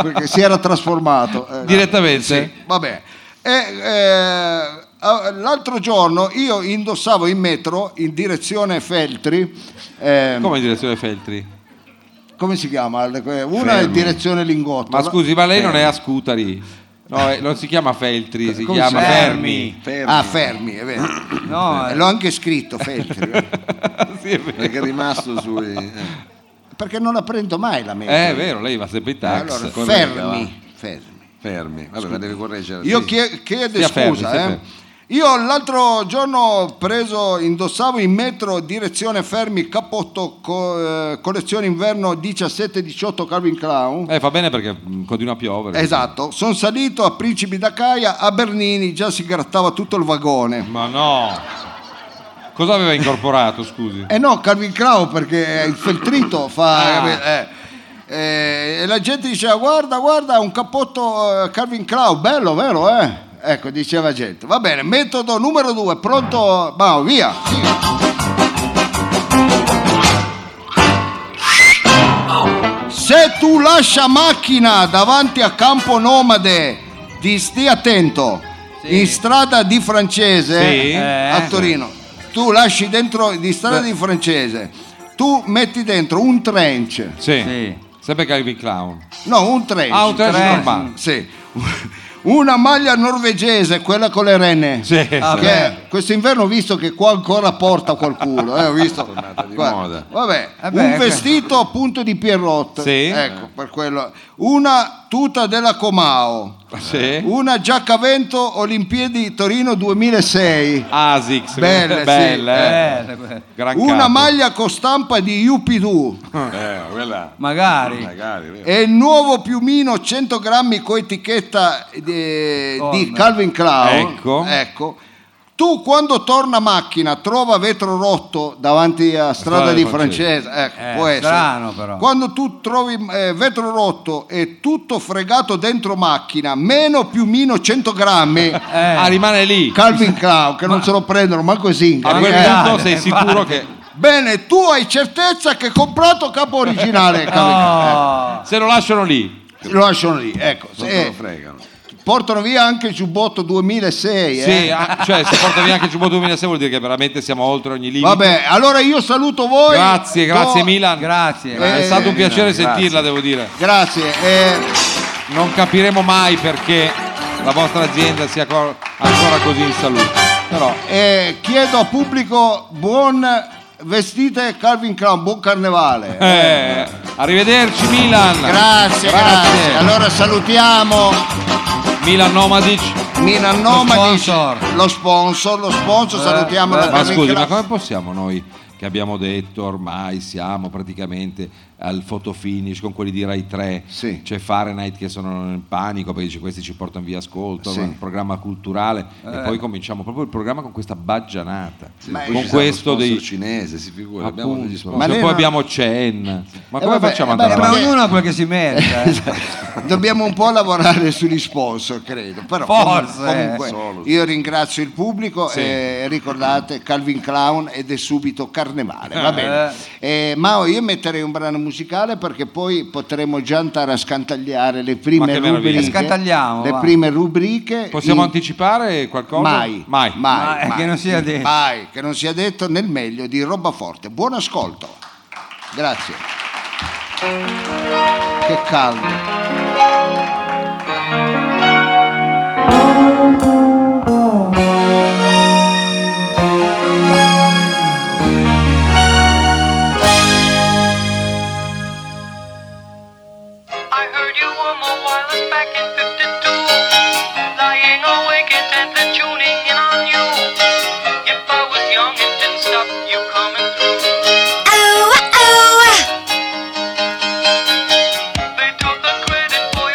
perché si era trasformato. eh. direttamente. Vabbè. E, eh, ah, l'altro giorno io indossavo in metro in direzione Feltri, eh, come? Come in direzione Feltri? si chiama? Eh, Una è in direzione Lingotto. Ma la- scusi, ma lei non è a Scutari? No, eh, non si chiama Feltri, si Eh. Come chiama si chiama? Fermi. fermi, Ah, Fermi, è vero. No, Eh, eh, L'ho anche scritto Feltri, eh. Sì, è vero. perché è rimasto sui... eh. perché non la prendo mai la metro. Eh, è vero, lei va sempre in Eh, tax. allora, Come fermi, fermi. Fermi, vabbè, ma deve correggere. Io Sì. chie- chiedo Stia fermi, scusa. stia eh. fermi. Io l'altro giorno ho preso, indossavo in metro direzione Fermi Capotto co- eh, collezione inverno 17-18 Calvin Clown. Eh, fa bene perché mh, continua a piovere. Esatto, sono salito a Principi d'Acaia, a Bernini già si grattava tutto il vagone. Ma no. Cosa aveva incorporato, scusi? Eh no, Calvin Clown perché il feltrito fa... Ah. capi- eh. Eh, e la gente diceva guarda, guarda, un cappotto eh, Calvin Clown, bello, vero? Eh? Ecco, diceva gente. Va bene, metodo numero due, pronto, Mau, via. Se tu lascia macchina davanti a Campo Nomade, ti stia attento. In strada di francese Sì. Eh. a Torino, tu lasci dentro di strada di francese, tu metti dentro un trench. Sì. Sì. Sempre Calvin Clown. No, un trench. Ah, un trench trench. normale. Sì. Una maglia norvegese, quella con le renne. Sì. Ah, Che quest'inverno ho visto che qua ancora porta qualcuno, eh, ho visto. di Qua- moda. Vabbè, Eh beh, un ecco. vestito appunto di Pierrot. Sì. Ecco, per quello. Una tuta della Comao. Sì. Una giacca a vento Olimpiadi Torino 2006. Asics. Belle, sì. Belle, eh. Eh, Gran Una capo. maglia con stampa di Yupidu Eh, quella... magari. Magari, vero. e il nuovo piumino 100 grammi con etichetta eh, di Con- Calvin Klein. Ecco. Ecco. Tu quando torna a macchina trova vetro rotto davanti a strada Strada di di Francese. Francese, ecco, Eh, può essere. strano però. Quando tu trovi eh, vetro rotto e tutto fregato dentro macchina, meno piumino 100 grammi, Eh. Ah, rimane lì. Calvin Klein, che non se lo prendono, manco i A singoli. quel eh. punto Dai, sei sicuro che... Bene, tu hai certezza che hai comprato capo originale, Calvin Klein. Eh, No. Se lo lasciano lì. Lo lasciano lì, ecco. Non Eh, se- te lo fregano. portano via anche il giubbotto 2006. eh. Sì, ah, cioè se porta via anche il giubbotto 2006 vuol dire che veramente siamo oltre ogni limite. Vabbè, allora io saluto voi. Grazie, grazie Do- Milan. Grazie. Eh, È stato un piacere Milan, sentirla, devo dire. Grazie. eh, Non capiremo mai perché la vostra azienda sia co- ancora così in salute. Però eh, chiedo a pubblico buon vestite Calvin Crown, buon carnevale. eh, arrivederci Milan. Grazie, grazie, Grazie. Allora salutiamo Milan Nomadic. Milan Nomadic, sponsor. lo sponsor, lo sponsor, salutiamo la Eh, Ma Calvin scusi, ma Klein. come possiamo noi che abbiamo detto ormai siamo praticamente al fotofinish con quelli di Rai 3 Sì. c'è Fahrenheit che sono in panico perché dice questi ci portano via ascolto Sì. ma un programma culturale e poi cominciamo proprio il programma con questa baggianata Ma Eh. è- poi con ci sarà lo questo sponsor dei cinese, si figura, abbiamo degli Appunto. sponsor. Ma Ma poi lei non- abbiamo Chen. Ma come vabbè, facciamo ad vabbè, Eh, ma andare? perché- ognuno ha quello che si merita. eh. Dobbiamo un po' lavorare sugli sponsor, credo. Però Forse. comunque Solo. io ringrazio il pubblico Sì. e ricordate Calvin Clown ed è subito carnevale. Va bene. Eh, Mao, io metterei un brano musicale perché poi potremo già andare a scantagliare le Ma prime che meraviglia. rubriche. Scantagliamo, le va. prime rubriche. Possiamo in- anticipare qualcosa? Mai, Mai. Mai, che non sia detto. Mai, che non sia detto nel meglio di roba forte. Buon ascolto. Grazie. Che caldo. I heard you were more wireless back in 52. Lying awake intently tuning in on you. If I was young, it didn't stop you coming through. They took the credit for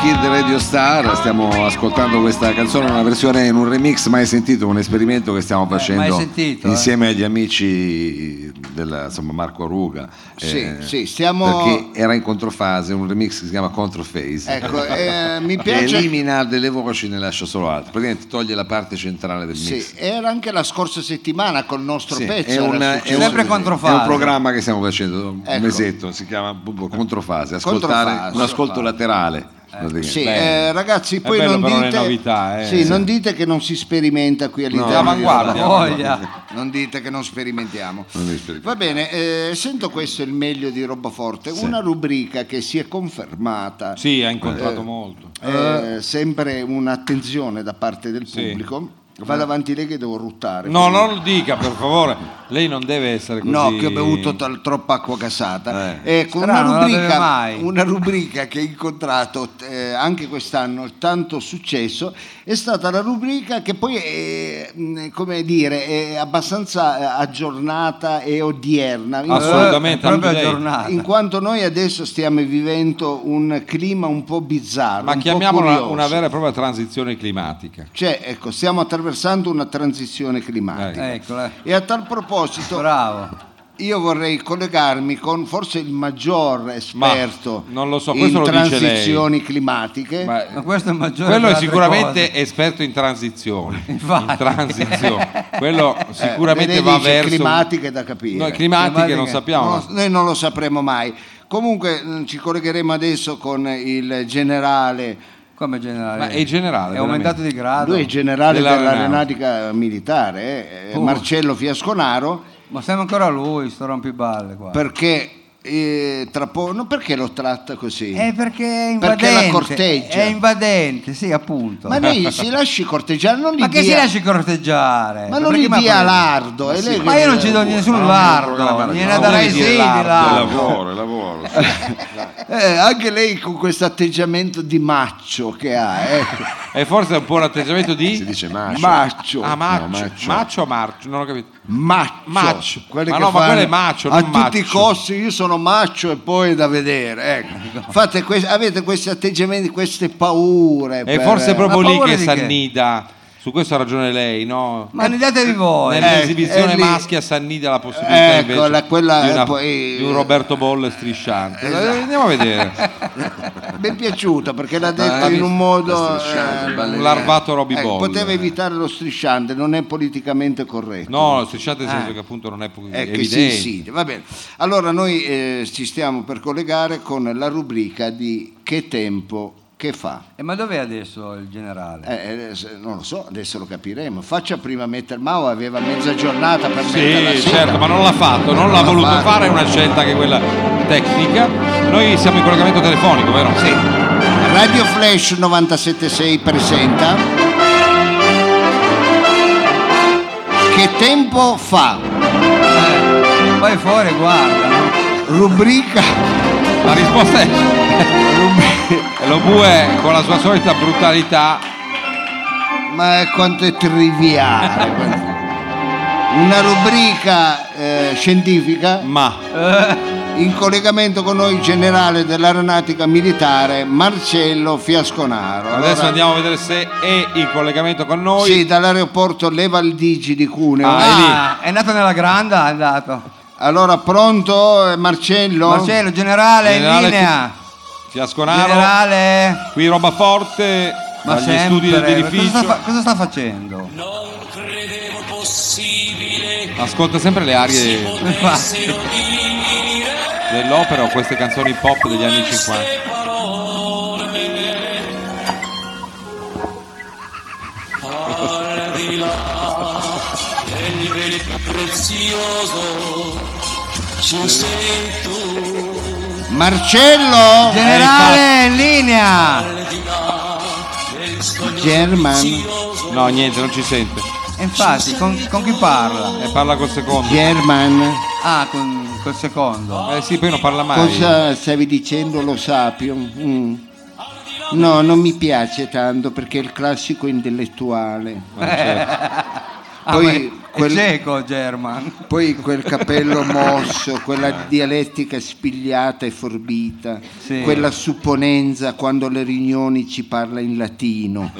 Kid Radio Star, stiamo ascoltando questa canzone, una versione in un remix mai sentito, un esperimento che stiamo facendo mai sentito, eh. insieme agli amici della, insomma, Marco Aruga. Eh, Sì, sì, stiamo- Perché era in controfase, un remix che si chiama Controphase. Ecco, eh, mi Che piace... elimina delle voci e ne lascia solo altre, praticamente toglie la parte centrale del Sì, mix. era anche la scorsa settimana col nostro Sì, pezzo. è, era un, è successo un- Sempre così. è un controfase. programma che stiamo facendo un Ecco. mesetto, si chiama proprio Controfase, ascoltare Controfase. un ascolto laterale. praticamente. Sì, Bello. eh, ragazzi, poi bello non però le dite, novità, eh. sì, Sì. non dite che non si sperimenta qui all'interno. di avanguardia. Roba Forte. Voglia. Non dite che non sperimentiamo. Non è esperimento. Va bene, eh, essendo questo il meglio di Roba Forte, una rubrica che si è confermata, Sì, ha incontrato molto. eh, sempre un'attenzione da parte del Sì. Eh. pubblico. Vado avanti lei che devo ruttare. No, non lo dica per favore, lei non deve essere così. No, che ho bevuto tal- troppa acqua casata. Ecco, Strano, una, non la beve rubrica, mai. una rubrica che ho incontrato eh, anche quest'anno, tanto successo, è stata la rubrica che poi è, mh, come dire, è abbastanza eh, aggiornata e odierna. In- Assolutamente, Eh, proprio anche lei. aggiornata. In quanto noi adesso stiamo vivendo un clima un po' bizzarro, Ma un po' chiamiamola curioso. una vera e propria transizione climatica. Cioè, ecco, stiamo attraversando una transizione climatica. Eccola. E a tal proposito, Ecco, eh. Bravo. io vorrei collegarmi con forse il maggior esperto non lo so, questo in lo dice lei. transizioni climatiche. Ma- Ma questo è maggiore. Quello delle è altre sicuramente cose. esperto in transizione. Infatti. In transizione. Quello Eh, sicuramente lei va dice verso... climatiche da capire. Noi climatiche non sappiamo. No, noi non lo sapremo mai. Comunque mh, ci collegheremo adesso con il generale, Come generale. Ma è generale, È aumentato di grado. lui è generale Dell'aeronautica. dell'aeronautica militare, eh, Oh. Marcello Fiasconaro, Ma siamo ancora a lui, sto rompiballe qua. perché eh, tra po- no, perché lo tratta così? Eh. È Eh, perché è invadente. Perché la corteggia. È invadente, sì, appunto. Ma noi si lasci corteggiare, non li Ma che si dia- lasci corteggiare? Cioè, Ma non Perché gli mi ha dia preso? lardo. e lei- Ma io non ci do Ah, nessun lardo, gliene Non darai vuol dire sei di lardo, è lardo. lavoro, è lavoro. Eh, anche lei con questo atteggiamento di maccio che ha, ecco. E forse è un po' un atteggiamento di... Si dice macio. Maccio. Ah, No, maccio. maccio. Maccio o marcio? Non ho capito. Maccio. Maccio. Quelli Ma che no, ma fanno quello è maccio, A non tutti i maccio. costi io sono maccio e poi è da vedere. ecco. Fate que- avete questi atteggiamenti, queste paure. È per- eh, forse proprio Ma lì paura che di si che? annida. Su questo ha ragione lei, no? Ma ne datevi voi. Eh, è Nell'esibizione lì. maschia si annida la possibilità Ecco, invece la- quella- di, una- poi- Esatto. di un Roberto Bolle strisciante. Eh, Andiamo a vedere. Mi è piaciuta perché l'ha detto Ah, in un modo... eh, la strisciante, il Un larvato Roby ecco, Bolle. poteva evitare lo strisciante, non è politicamente corretto. No, lo strisciante nel senso che appunto non è pu- Eh, che si evidente. insidia. Va bene. Allora noi eh, ci stiamo per collegare con la rubrica di che tempo che fa. Eh, ma dov'è adesso il generale? Eh, eh, se- non lo so, adesso lo capiremo. Faccia prima mettere Mao, aveva mezza giornata per metterla Sì, su. certo, ma non l'ha fatto, non l'ha l'ha voluto fatto. fare, è una scelta che è quella tecnica. Noi siamo in collegamento telefonico, vero? Sì. Radio Flash 976 presenta Che tempo fa? Eh, Poi fuori guarda. no? Rubrica La risposta è lo bue con la sua solita brutalità. Ma eh, quanto è triviale. quanto- Una rubrica eh, scientifica Ma Eh, In collegamento con noi il generale dell'aeronautica militare Marcello Fiasconaro. adesso Allora, andiamo a vedere se è in collegamento con noi. Sì, dall'aeroporto Le Valdigi di Cuneo. Ah, è lì. Ah, è nato nella granda, è andato. Allora, pronto eh, Marcello? Marcello, generale, Generale, in linea. Fiasconaro, Generale. qui roba forte, Ma dagli sempre, studi Cosa sta, dell'edificio. fa- cosa sta facendo? Non credevo possibile Ascolta sempre le arie potessero dire dell'opera o queste canzoni pop degli anni 50. queste parole. Al di là del nivel prezioso ci sei tu, Marcello? Generale, in linea. al di là del sogno German. prezioso. No, niente, non ci sente. E infatti, con, con chi parla? E Eh, parla col secondo. German. Ah, con col secondo. Eh sì, poi non parla mai. Cosa stavi dicendo lo sapio? Mm. No, non mi piace tanto perché è il classico intellettuale. Eh, certo. Ah, Poi È quel- cieco German. Poi quel capello mosso, quella dialettica spigliata e forbita, Sì. quella supponenza quando alle riunioni ci parla in latino.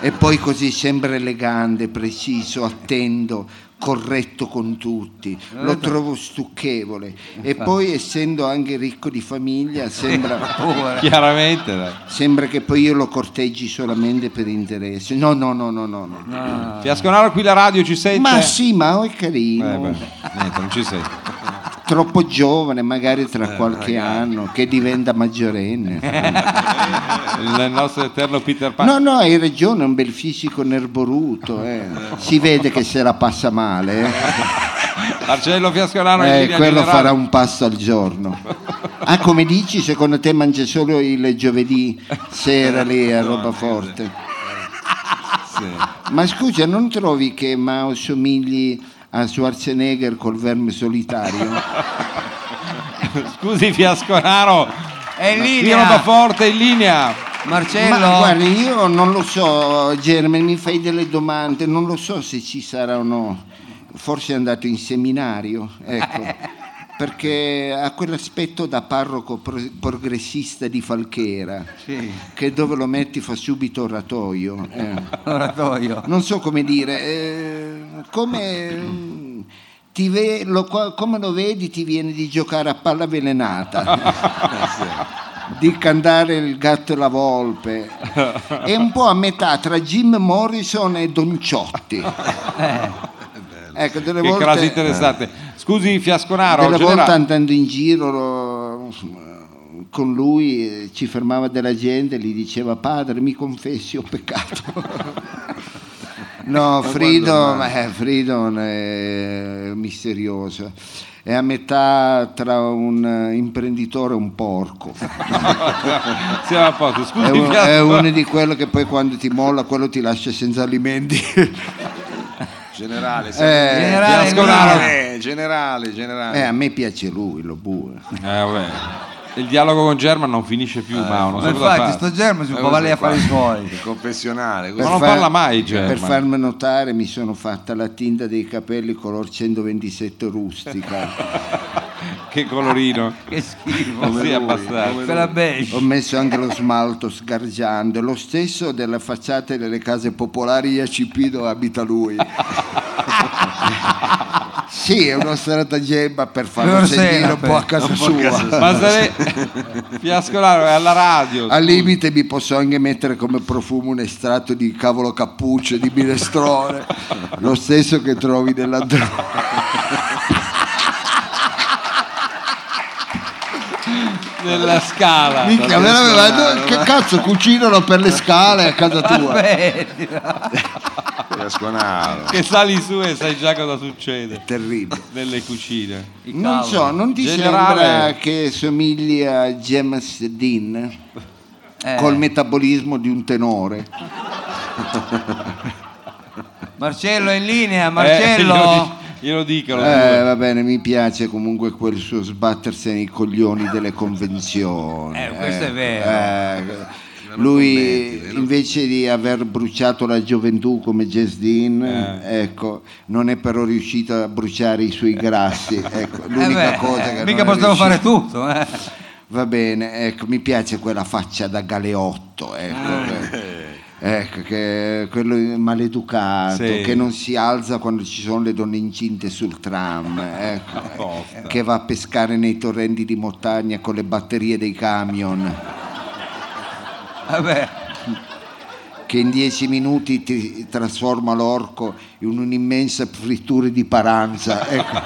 E poi così sembra elegante, preciso, attendo, corretto con tutti. Lo trovo stucchevole. E poi essendo anche ricco di famiglia sembra, Pure. Chiaramente, dai. sembra che poi io lo corteggi solamente per interesse. No, no, no, no, no. no. Fiasconaro qui la radio ci sente? Ma sì, ma è cioè Eh, beh, carino. niente, non ci sente. troppo giovane, magari tra qualche anno, che diventa maggiorenne. Il nostro eterno Peter Pan. No, no, hai ragione, è un bel fisico nerboruto, eh. si vede che se la passa male, eh. Marcello Fiasconaro in Eh, linea quello generale. farà un passo al giorno. Ah, come dici, secondo te mangia solo il giovedì sera lì a roba forte? Ma scusa, non trovi che Mao somigli a Schwarzenegger col verme solitario? Scusi Fiasconaro. È in Io linea. non forte in linea. Marcello. Ma guarda, io non lo so, Germen, mi fai delle domande, non lo so se ci sarà o no. Forse è andato in seminario, ecco. Perché ha quell'aspetto da parroco pro- progressista di Falchera, Sì, che dove lo metti fa subito oratoio. eh. oratorio. Non so come dire, eh, come, mm, ti ve- lo, qua- come lo vedi ti viene di giocare a palla avvelenata, di cantare il gatto e la volpe. È un po' a metà tra Jim Morrison e Don Ciotti. Ecco, delle Eh. Che volte, caso interessante. Scusi Fiasconaro. delle generale. volte andando in giro lo- con lui eh, ci fermava della gente e gli diceva padre mi confessi ho peccato no Freedom eh, Freedom è misterioso è a metà tra un eh, imprenditore e un porco Siamo a posto. è, un- Scusi è Fiasconaro. uno di quello che poi quando ti molla quello ti lascia senza alimenti Generale, Eh, generale, generale, eh, generale, generale. Eh, a me piace lui lo bue Eh, vabbè. Il dialogo con German non finisce più, Mao, non Ma so cosa infatti, fare. sto German si Ma può valere a cosa fare i fa? suoi. Eh, Il confessionale. Ma questo- non far- parla mai German. Per farmi notare mi sono fatta la tinta dei capelli color 127 rustica. Che colorino. Che schifo. Sì, abbastanza. Quella beige. Ho messo anche lo smalto sgargiando, lo stesso della facciata delle case popolari IACP dove abita lui. sì, è una stratagemma per farlo Non sentire sera, un po' a per- casa casa sua. Ma sare... Fiascolaro è alla radio. Al limite mi posso anche mettere come profumo un estratto di cavolo cappuccio di minestrone, lo stesso che trovi nella droga. Della scala. Minchia, me l'aveva- no, che cazzo cucinano per le scale a casa tua? Fiasconaro. Che sali su e sai già cosa succede Terribile. nelle Eh, cucine. Non so, non ti Generale. sembra che somigli a James Dean Eh, col metabolismo di un tenore? Marcello è in linea, glielo, Marcello. dic- glielo dicano. Eh, va bene, mi piace comunque quel suo sbattersi nei coglioni delle convenzioni. Eh, questo è vero. lui invece di aver bruciato la gioventù come Jess Dean, Eh. ecco, non è però riuscito a bruciare i suoi grassi. Ecco, l'unica Eh beh, cosa che mica non è riuscito- potevo fare tutto. eh. Va bene, ecco, mi piace quella faccia da galeotto, ecco, Ah. ecco, che quello maleducato, Sì. che non si alza quando ci sono le donne incinte sul tram, ecco, Apposta. che va a pescare nei torrenti di montagna con le batterie dei camion, Vabbè. che in dieci minuti ti trasforma l'orco in un'immensa frittura di paranza. ecco.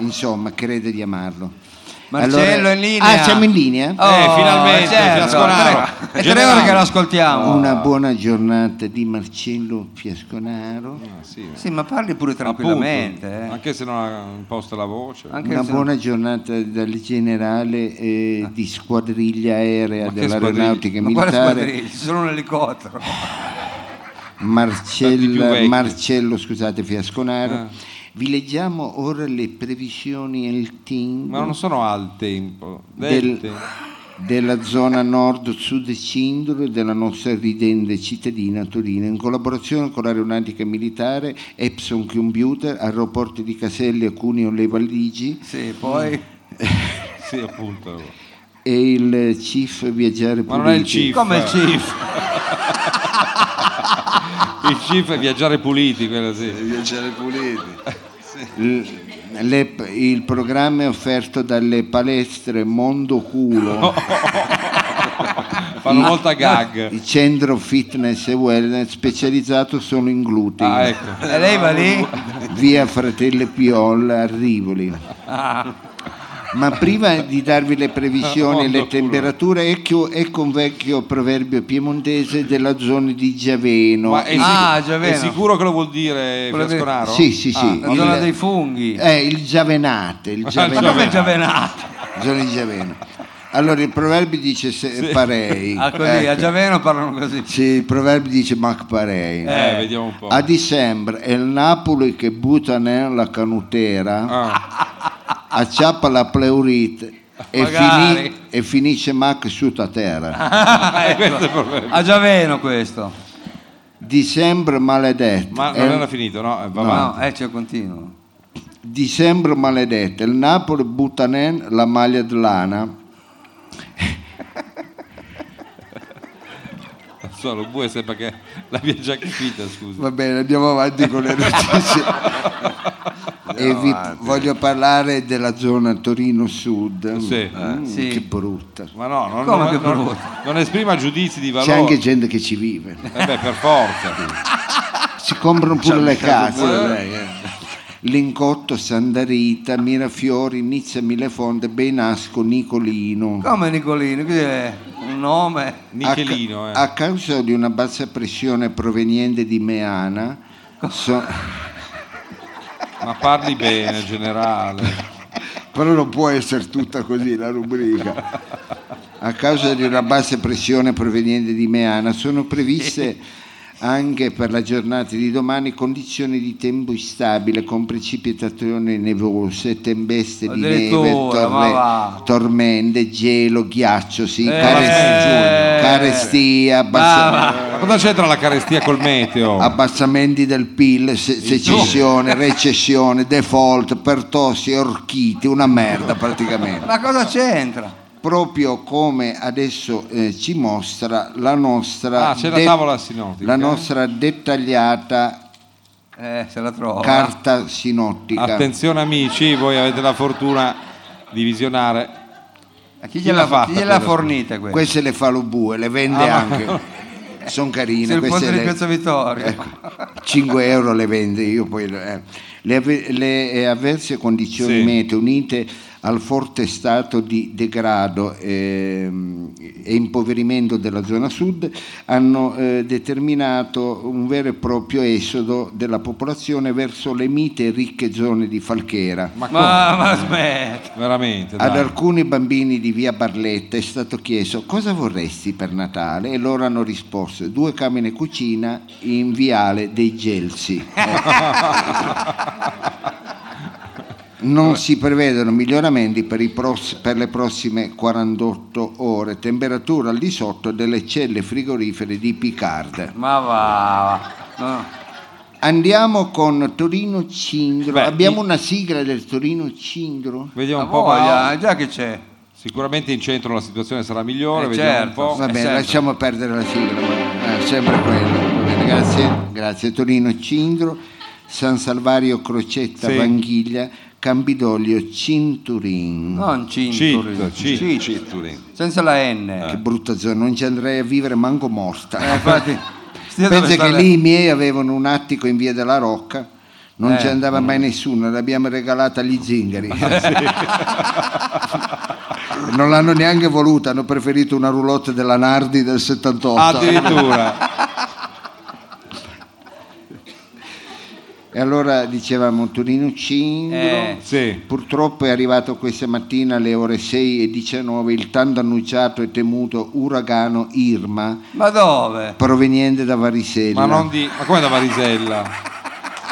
Insomma, crede di amarlo. Marcello Allora- è in linea. Oh, Ah, siamo in linea? Eh, finalmente, Fiasconaro. Tre- È tre Generale. ore che l'ascoltiamo. Una buona giornata di Marcello Fiasconaro. Sì, ma parli pure Appunto, tranquillamente. eh. anche se non ha imposto la voce. Anche Una se- buona giornata dal generale eh, di squadriglia aerea Ma che dell'aeronautica Ma quale militare squadriglia? Ci sono un elicottero. Marcel- Tanti più vecchi. Marcello scusate, Fiasconaro. Vi leggiamo ora le previsioni e il team Ma non sono al tempo. Del... del, tempo. della zona nord-sud Cindro e della nostra ridente cittadina Torino in collaborazione con l'aeronautica militare, Epson Computer, aeroporti di Caselli, Cuneo, Le Valligi Sì, poi... Sì, appunto. e il CIF Viaggiare Puliti. Ma non è il CIF. Come il CIF? Il CIF è viaggiare puliti, quello sì. Viaggiare puliti. L- le- il programma è offerto dalle palestre Mondo Oh, Culo, Fanno molta gag. il centro fitness e wellness specializzato solo in glutine, Ah, ecco. E Eh, lei va lì? via Fratelli Piol a Rivoli. Ah. Ma prima di darvi le previsioni e le temperature, ecco, ecco un vecchio proverbio piemontese della zona di Giaveno. Ma è, Il- Ah, sicuro, Giaveno. è sicuro che lo vuol dire Quello che- Fiasconaro? sì, sì, Ah, sì. La zona Ah, dei funghi. eh, il Giavenate, il Ma Giavenate. come è Giavenate? Zona di Giaveno. Allora il proverbio dice se- parei. Ah, così, Ecco. a Giaveno parlano così. Sì, il proverbio dice mac parei. Eh, vediamo un po'. A dicembre è il Napoli che butta nella canutera, Ah, acciappa la pleurite e, Magari. fini- e finisce mac su a terra. eh, questo è il problema. Ecco. A Giaveno questo. Dicembre maledetto. Ma è non il- era finito, no? Eh, Va avanti. No, eh, c'è continuo. Dicembre maledetto, il Napoli butta nel la maglia di lana. Non so, lo bue sembra che l'abbia già capita, scusa. Va bene, andiamo avanti con le notizie. e vi voglio parlare della zona Torino Sud. Sì. Mm, Sì. Che brutta. Ma no, non, Come non- che non- brutto? non esprima giudizi di valore. C'è anche gente che ci vive. Eh beh, per forza. Si comprano pure le Pure case. lei, eh. Lincotto, Sandarita, Mirafiori, Nizza, Millefonte, Benasco, Nicolino. Come Nicolino, così è un nome. Nichelino, a, eh. ca- a causa di una bassa pressione proveniente di Meana, so- Ma parli bene, generale. però non può essere tutta così la rubrica. A causa di una bassa pressione proveniente di Meana sono previste anche per la giornata di domani condizioni di tempo instabile con precipitazioni nevose, tempeste di neve, Addirittura, torre- ma va. tormente, gelo, ghiaccio, sì, Eh, carestia, eh, carestia, abbassa- Brava. Cosa c'entra la carestia col meteo? Ah, boh, abbassamenti del PIL, se- secessione, recessione, default, pertossi, orchiti, una merda praticamente. Ma cosa c'entra? Proprio come adesso eh, ci mostra la nostra, Ah, c'è la det- tavola sinottica. eh? la nostra dettagliata Eh, se la trova. carta sinottica. Oh. Attenzione amici, voi avete la fortuna di visionare. A chi l'ha gliela, fatta chi gliela quella? fornita questa? Queste le fa lo bue, le Ah, vende anche. Sono carine. Sul ponte queste di le- Piazza Vittorio. 5 Ecco, euro le vende io poi eh. le, avve- le, eh, avverse condizioni Sì. meteo unite al forte stato di degrado ehm, e impoverimento della zona sud hanno eh, determinato un vero e proprio esodo della popolazione verso le mite e ricche zone di Falchera. Ma, come? Ma, ma smetti. Veramente, Ad dai. alcuni bambini di via Barletta è stato chiesto cosa vorresti per Natale e loro hanno risposto due camine cucina in viale dei Gelsi. Non si prevedono miglioramenti per, i pross- per le prossime 48 ore, temperatura al di sotto delle celle frigorifere di Picard. Ma va. va. No, no. Andiamo con Torino Cindro, Beh, abbiamo i- una sigla del Torino Cindro? Vediamo Ma un po'. Paolo. voglia, eh, già che c'è. Sicuramente in centro la situazione sarà migliore, Eh, vediamo certo. un po'. Va È bene, sempre. lasciamo perdere la sigla, ma è sempre quello. Va bene, grazie, grazie. Torino Cindro, San Salvario Crocetta Sì. Vanghiglia, Campidoglio Cinturin. Non Citto, Cinturin. citto. Citturin. Senza la N. Che brutta zona, non ci andrei a vivere manco morta. Eh, infatti, stia dove Pensa sta che lei. lì i miei avevano un attico in via della Rocca, non Eh. Ah, ci andava mai nessuno, l'abbiamo regalata agli zingari. non l'hanno neanche voluta, hanno preferito una roulotte della Nardi del 78. Addirittura. E allora dicevamo Torino Cindro. Eh. Sì. Purtroppo è arrivato questa mattina alle ore 6 e 19 il tanto annunciato e temuto uragano Irma Ma dove? proveniente da Varisella. Ma, non di... ma come da Varisella?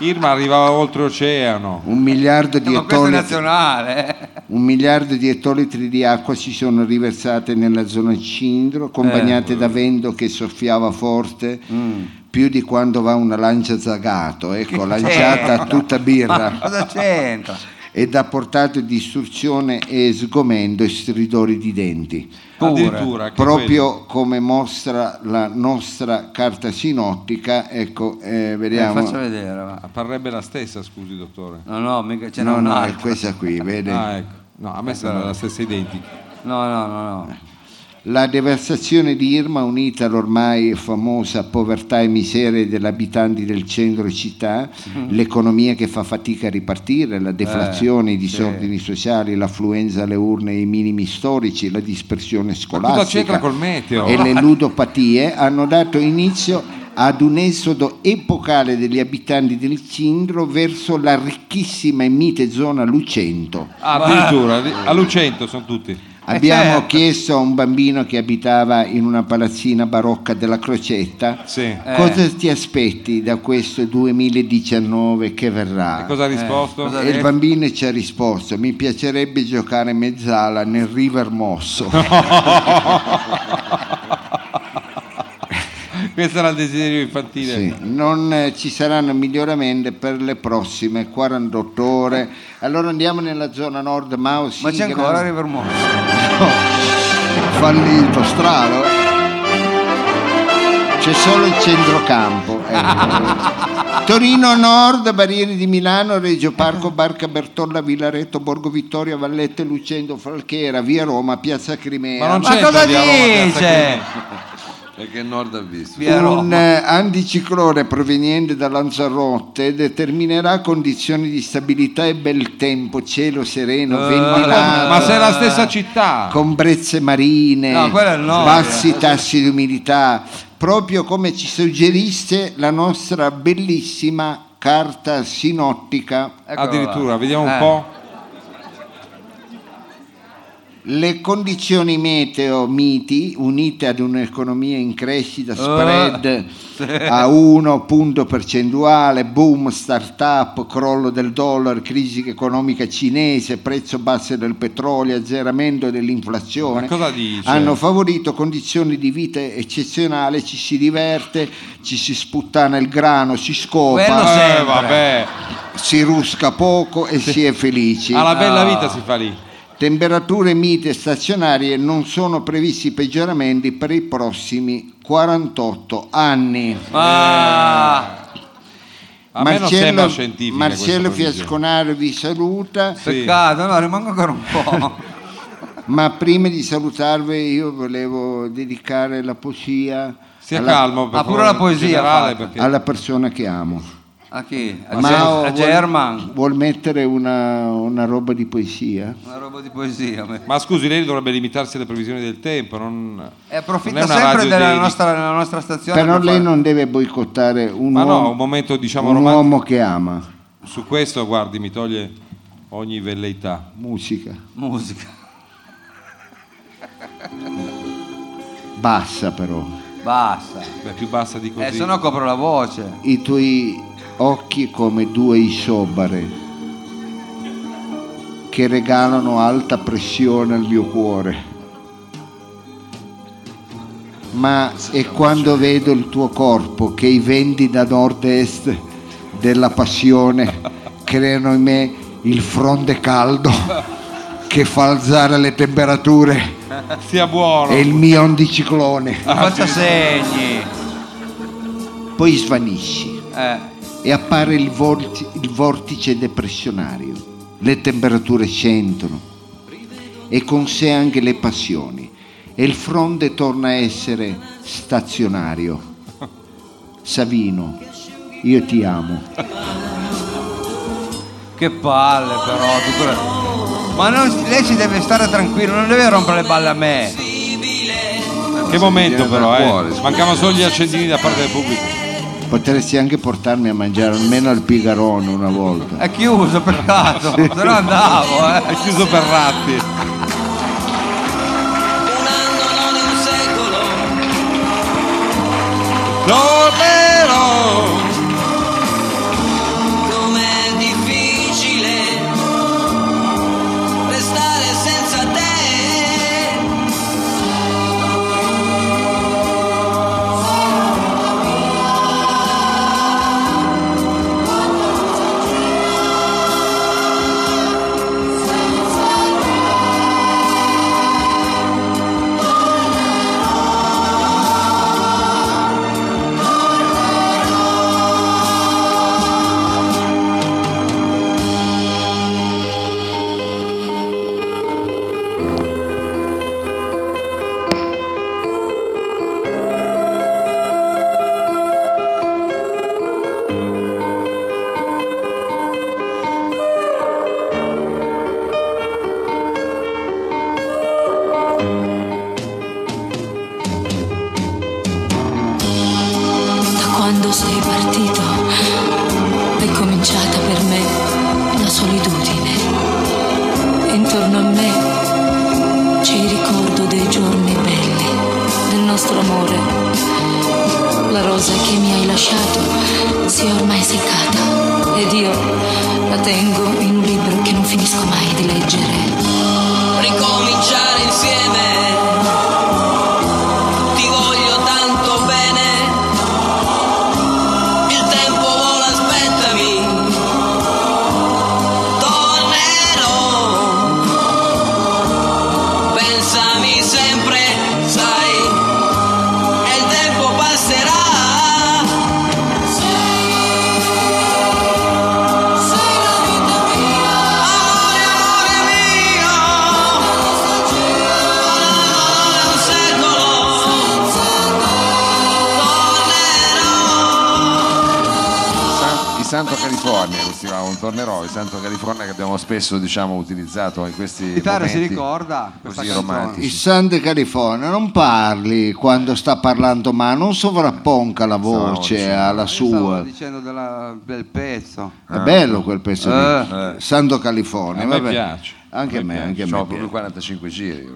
Irma arrivava oltre oceano. Un miliardo Eh, di ma questo è ettolitri nazionale. eh. un miliardo di ettolitri di acqua si sono riversate nella zona cilindro, accompagnate Eh. da vento che soffiava forte, Mm. più di quando va una lancia zagato, ecco, lanciata a tutta Ma birra, cosa c'entra? ed ha portato distruzione e sgomento e stridori di denti. Addirittura anche Proprio come mostra la nostra carta sinottica, ecco, eh, Eh, vediamo. faccio vedere. va. quello. parrebbe la stessa, scusi dottore. No, no, ecco. mica ce n'è No, no, è un'altra. questa qui, vede. Ah, ecco. No, a me sembra la stessa identica. No, no, no, no. La devastazione di Irma, unita all'ormai famosa povertà e miseria degli abitanti del centro città, Mhm. l'economia che fa fatica a ripartire, Eh, la deflazione, i disordini sociali, l'affluenza alle urne e i minimi storici, la dispersione c'entra scolastica col meteo? e le ludopatie hanno dato inizio ad un esodo epocale degli abitanti del Cindro verso la ricchissima e mite zona Lucento. Ah, addirittura, di- a Lucento sono tutti. Abbiamo certo. chiesto a un bambino che abitava in una palazzina barocca della Crocetta eh, Sì. E cosa ti aspetti da questo 2019 che verrà. cosa ha risposto? cosa ha E il bambino ci ha risposto: Mi piacerebbe giocare mezzala nel River Mosso. Eh, Questo era il desiderio infantile. Sì, Non eh, ci saranno miglioramenti per le prossime 48 ore. Allora andiamo nella zona nord, Mao. Ma c'è ancora River River Moss. Fallito, strano. C'è solo il centrocampo. ecco. Torino Nord, Barriere di Milano, Reggio Parco, Barca Bertolla, Villaretto, Borgo Vittoria, Vallette, Lucendo, Falchera, Via Roma, Piazza Crimea. Ma non Ma c'entra cosa di Roma, Piazza dice? Perché il nord ha visto. Via un Roma. eh, anticiclone proveniente da Lanzarote determinerà condizioni di stabilità e bel tempo, cielo sereno, Eh, venti gradi, Ma se è la stessa città. con brezze marine, Ah. No, quello è il nord. bassi tassi di umidità, proprio come ci suggerisse la nostra bellissima carta sinottica. Eccolo addirittura, là. vediamo un Eh. po'. Le condizioni meteo miti, unite ad un'economia in crescita, Ah. spread a 1 punto percentuale, boom, start-up, crollo del dollaro, crisi economica cinese, prezzo basso del petrolio, azzeramento dell'inflazione, Ma cosa dice? hanno favorito condizioni di vita eccezionali, ci si diverte, ci si sputta nel grano, si Quello scopa, sì. Eh, sempre. vabbè. si rusca poco e si è felici. Alla bella No. vita si fa lì. Temperature mite e stazionarie non sono previsti peggioramenti per i prossimi 48 anni. Eh, Ah, A me non sembra scientifica Marcello questa previsione. Fiasconaro vi saluta, Sì. peccato, no, rimango ancora un po'. ma prima di salutarvi io volevo dedicare la poesia Sia alla, calmo, per Ah, pure favore, la poesia in generale, fatta. perché- alla persona che amo. A chi? A, Ger- Mao a vuol- German. Vuol mettere una, una roba di poesia? Una roba di poesia. me. Ma scusi, lei dovrebbe limitarsi alle previsioni del tempo. Non... E approfitta non è una sempre radio della di- nostra, della nostra stazione. Però per lei fare- non deve boicottare un, Ma uomo, no, un momento diciamo un romantico. uomo che ama. Su questo, guardi, mi toglie ogni velleità. Musica. Musica. Bassa però. Basta. Beh, più bassa di così. Eh, se no copro la voce. i tuoi occhi come due isobare che regalano alta pressione al mio cuore. Ma è quando vedo il tuo corpo che i venti da nord-est della passione creano in me il fronte caldo che fa alzare le temperature Sia buono. e il mio Ah, ondiciclone. Non faccia segni. Poi svanisci. Eh, e appare il, vorti- il vortice depressionario. Le temperature scendono e con sé anche le passioni e il fronte torna a essere stazionario. Savino, io ti amo. che palle però. tutto le- Ma non- lei ci deve stare tranquillo, non deve rompere le balle a me. Che momento viene dal però, eh. cuore, scusa. Mancavano solo gli accendini da parte del pubblico. Potresti anche portarmi a mangiare almeno al pigarone una volta. È chiuso, peccato. Se no andavo, eh. È chiuso per ratti. Un anno, non un secolo, Tornerò! com'è difficile restare. quando sei partito è cominciata per me la solitudine. Intorno a me c'è il ricordo dei giorni belli del nostro amore. La rosa che mi hai lasciato si è ormai seccata ed io la tengo in un libro che non finisco mai di leggere. ricominciare insieme. Ti voglio tanto bene. Il tempo vola, aspettami. Tornerò. Pensami sempre, sai. E il tempo passerà. Amore, amore mio, volano un secolo, San- I Santo California, questi qua, un tornerò, il Santo California che abbiamo spesso diciamo, utilizzato in questi Ti pare si momenti ricorda? questa così Il canzone? romantici. San de California non parli quando sta parlando, ma non sovrapponca la voce dicendo- alla io Io Stavo sua. dicendo della- del pezzo. È bello quel pezzo Eh. lì. Santo California, A me vabbè. piace. Anche a me, anche C'ho a me. Eh, proprio piace. 45 giri.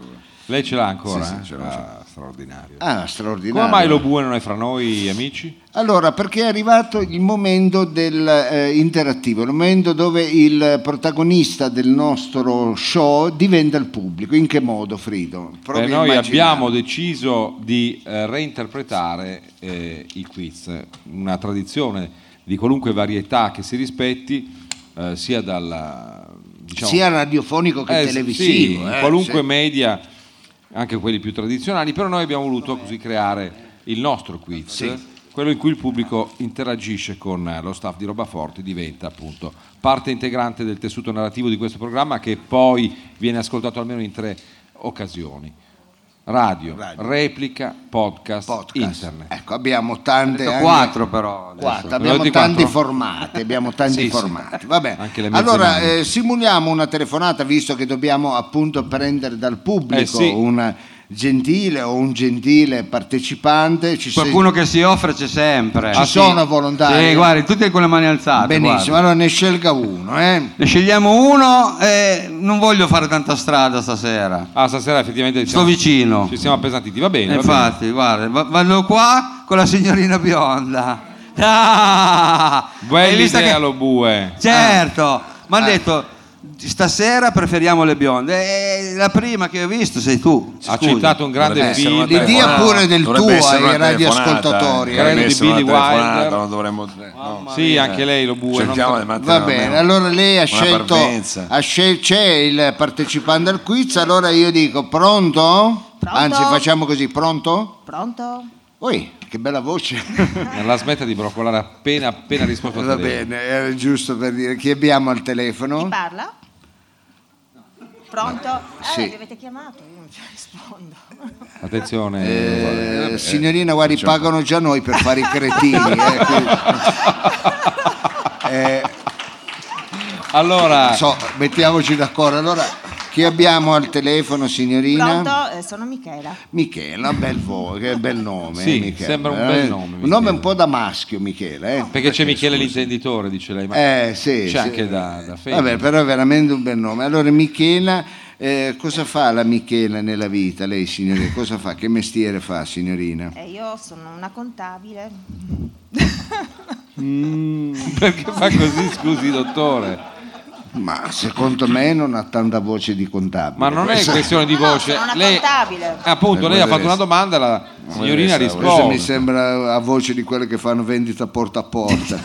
Lei ce l'ha ancora? Sì, sì, eh? ce l'ho, ce Ah, straordinario. Ah, Come straordinario. mai lo bue non è fra noi, amici? Allora, perché è arrivato il momento del, eh, interattivo, il momento dove il protagonista del nostro show diventa il pubblico. In che modo, Frido? Provi Beh, a Eh, noi immaginare. abbiamo deciso di eh, reinterpretare eh, i quiz, una tradizione di qualunque varietà che si rispetti, eh, sia dal diciamo, sia radiofonico che Eh, televisivo. sì, eh, qualunque sì. media, anche quelli più tradizionali, però noi abbiamo voluto così creare il nostro quiz, quello in cui il pubblico interagisce con eh, lo staff di Robaforte, diventa appunto parte integrante del tessuto narrativo di questo programma che poi viene ascoltato almeno in tre occasioni. Radio, Radio. replica, podcast, Podcast. internet. Ecco, abbiamo tante. Detto anche- quattro però. adesso. Quattro, Ve lo abbiamo dico tanti quattro? formati, abbiamo tanti Sì, sì. formati. Vabbè. Anche le mezze Allora mani. eh, simuliamo una telefonata visto che dobbiamo appunto prendere dal pubblico Eh, sì. un gentile o un gentile partecipante. Ci sei- Qualcuno che si offre c'è sempre. Ci sono volontari? Sì, guardi, tutti con le mani alzate. Benissimo, guarda. allora ne scelga uno. Eh. Ne scegliamo uno e non voglio fare tanta strada stasera. Ah, stasera effettivamente Sto vicino. ci siamo appesantiti, va bene. va bene. Infatti, guarda, va- vado qua con la signorina bionda. Ah! Hai Bella visto idea che- lo Eh. bue. Certo, mi hanno detto stasera preferiamo le bionde. E la prima che ho visto sei tu. Ha scusi. citato un grande Dovrebbe essere una film. Li dia telefonata, pure del dovrebbe tuo essere una ai telefonata, radioascoltatori, eh, eh. dovrebbe Credo di essere una Billy telefonata, Wilder. non dovremmo eh, no. Sì, anche lei lo bue. non Cerchiamo so- di mantenere Va bene, almeno allora lei ha una scelto, parvenza. ha scel- c'è il partecipante al quiz, allora io dico pronto? Pronto? Anzi facciamo così, pronto? Pronto? Oi, che bella voce. Non la smetta di broccolare appena appena risposto al Va telefono. bene, era giusto per dire chi abbiamo al telefono. Chi parla? Pronto? Eh, Sì. mi avete chiamato, io non ci rispondo. Attenzione. Eh, signorina, guardi, pagano già noi per fare i cretini. eh, quindi- Eh, Allora, so, mettiamoci d'accordo. Allora, chi abbiamo al telefono, signorina? Pronto? Eh, sono Michela. Michela, bel vo- che bel nome. Sì, eh, Michela. sembra un bel nome, Un nome Michela. un po' da maschio, Michela. Eh, perché c'è Michele l'intenditore, dice lei, ma Eh, sì, c'è sì. anche da, da femmina. Vabbè, però è veramente un bel nome. Allora, Michela, eh, cosa fa la Michela nella vita? Lei, signorina, cosa fa? Che mestiere fa, signorina? Eh, io sono una contabile. Perché fa così, scusi dottore? Ma secondo me non ha tanta voce di contabile. Ma non è Questa- questione di voce. sono una lei, contabile. appunto, Eh, lei ha vuoi fatto una vedere- domanda, la signorina vedere se- Questa mi risponde. sembra a voce di quelle che fanno vendita porta a porta.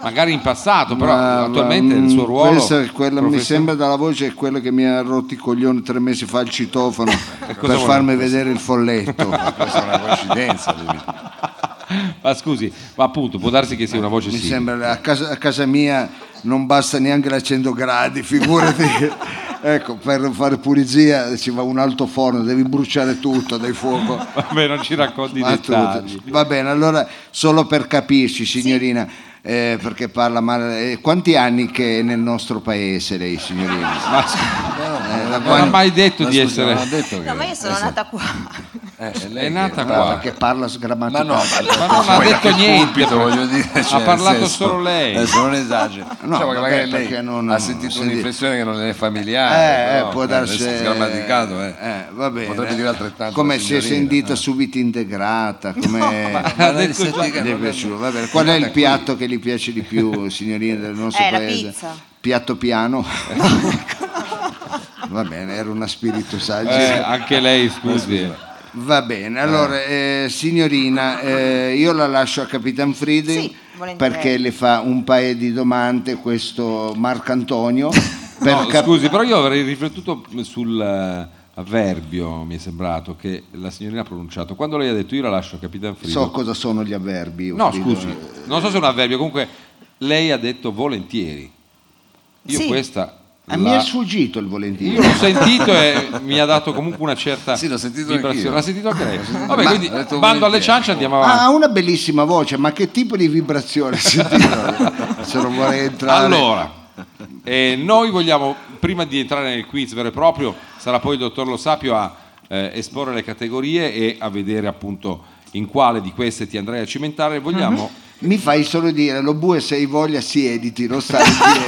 Magari in passato, però Ma- attualmente ma, il suo mm, ruolo... questa è quella- mi profession- sembra dalla voce è quella che mi ha rotto i coglioni tre mesi fa il citofono per vuole? farmi vedere il folletto. questa è una coincidenza dimmi. Ma scusi, ma appunto, può darsi che sia una voce mi simile. sembra a casa, a casa mia non basta neanche la 100 gradi, figurati. ecco, per fare pulizia ci va un alto forno, devi bruciare tutto, dai fuoco. Vabbè, non ci racconti i Ma dettagli. tutto. Va bene, allora solo per capirci, signorina, eh, Ah, perché parla male. eh, quanti anni che è nel nostro paese lei, signorina? Ma scusi, Eh, da Non quando- ha mai detto Ma di scusi, essere- non ha detto No, che- ma io sono eh, sì. nata qua. Eh, è lei È che- ma- nata qua. Ah, Perché parla Ma no, sgrammaticamente. Ma non ha poi da detto che niente, pulpito, però. voglio dire, Ha cioè, nel parlato senso, eh, solo lei. Adesso non esagero. diciamo che vabbè, magari perché lei non- ha sentito senti- un'inflessione che non è Eh, familiare. eh, però, può darsi adesso è Grammaticato, eh. Eh, va bene. Potrebbe dire altrettanto. Come la si è signorina, sentita eh. subito integrata, come Ma detto lei senti già- che Le è non è- piaciuto, va bene. Qual è il piatto che gli piace di più, signorina del nostro Eh, la paese? pizza. Piatto piano. Va bene, era una spiritusaggine. Eh, anche lei, scusi. Va bene, allora eh, signorina, eh, io la lascio a Capitan Fridi Sì, volentieri. perché le fa un paio di domande questo Marcantonio. Per No, Eh, cap- scusi, però io avrei riflettuto sul eh, avverbio, mi è sembrato, che la signorina ha pronunciato. Quando lei ha detto io la lascio a Capitan Frido. So cosa sono gli avverbi. io, no, Frido. scusi, non so se è un avverbio, comunque lei ha detto volentieri. Io Sì. questa... Eh, la- Mi è sfuggito il volentieri. Io l'ho sentito e mi ha dato comunque una certa Sì, l'ho sentito anch'io. vibrazione. L'ha sentito anche lei. sentito Vabbè, anch'io. quindi Ha detto bando alle volentieri. ciance andiamo avanti. Ah, ha una bellissima voce, ma che tipo di vibrazione ha sentito? Se non vorrei entrare. Allora, eh, noi vogliamo, prima di entrare nel quiz vero e proprio, sarà poi il dottor Lo Sapio a eh, esporre le categorie e a vedere appunto in quale di queste ti andrai a cimentare. Vogliamo, Mi fai solo dire, lo bue se hai voglia siediti, non stai in piedi.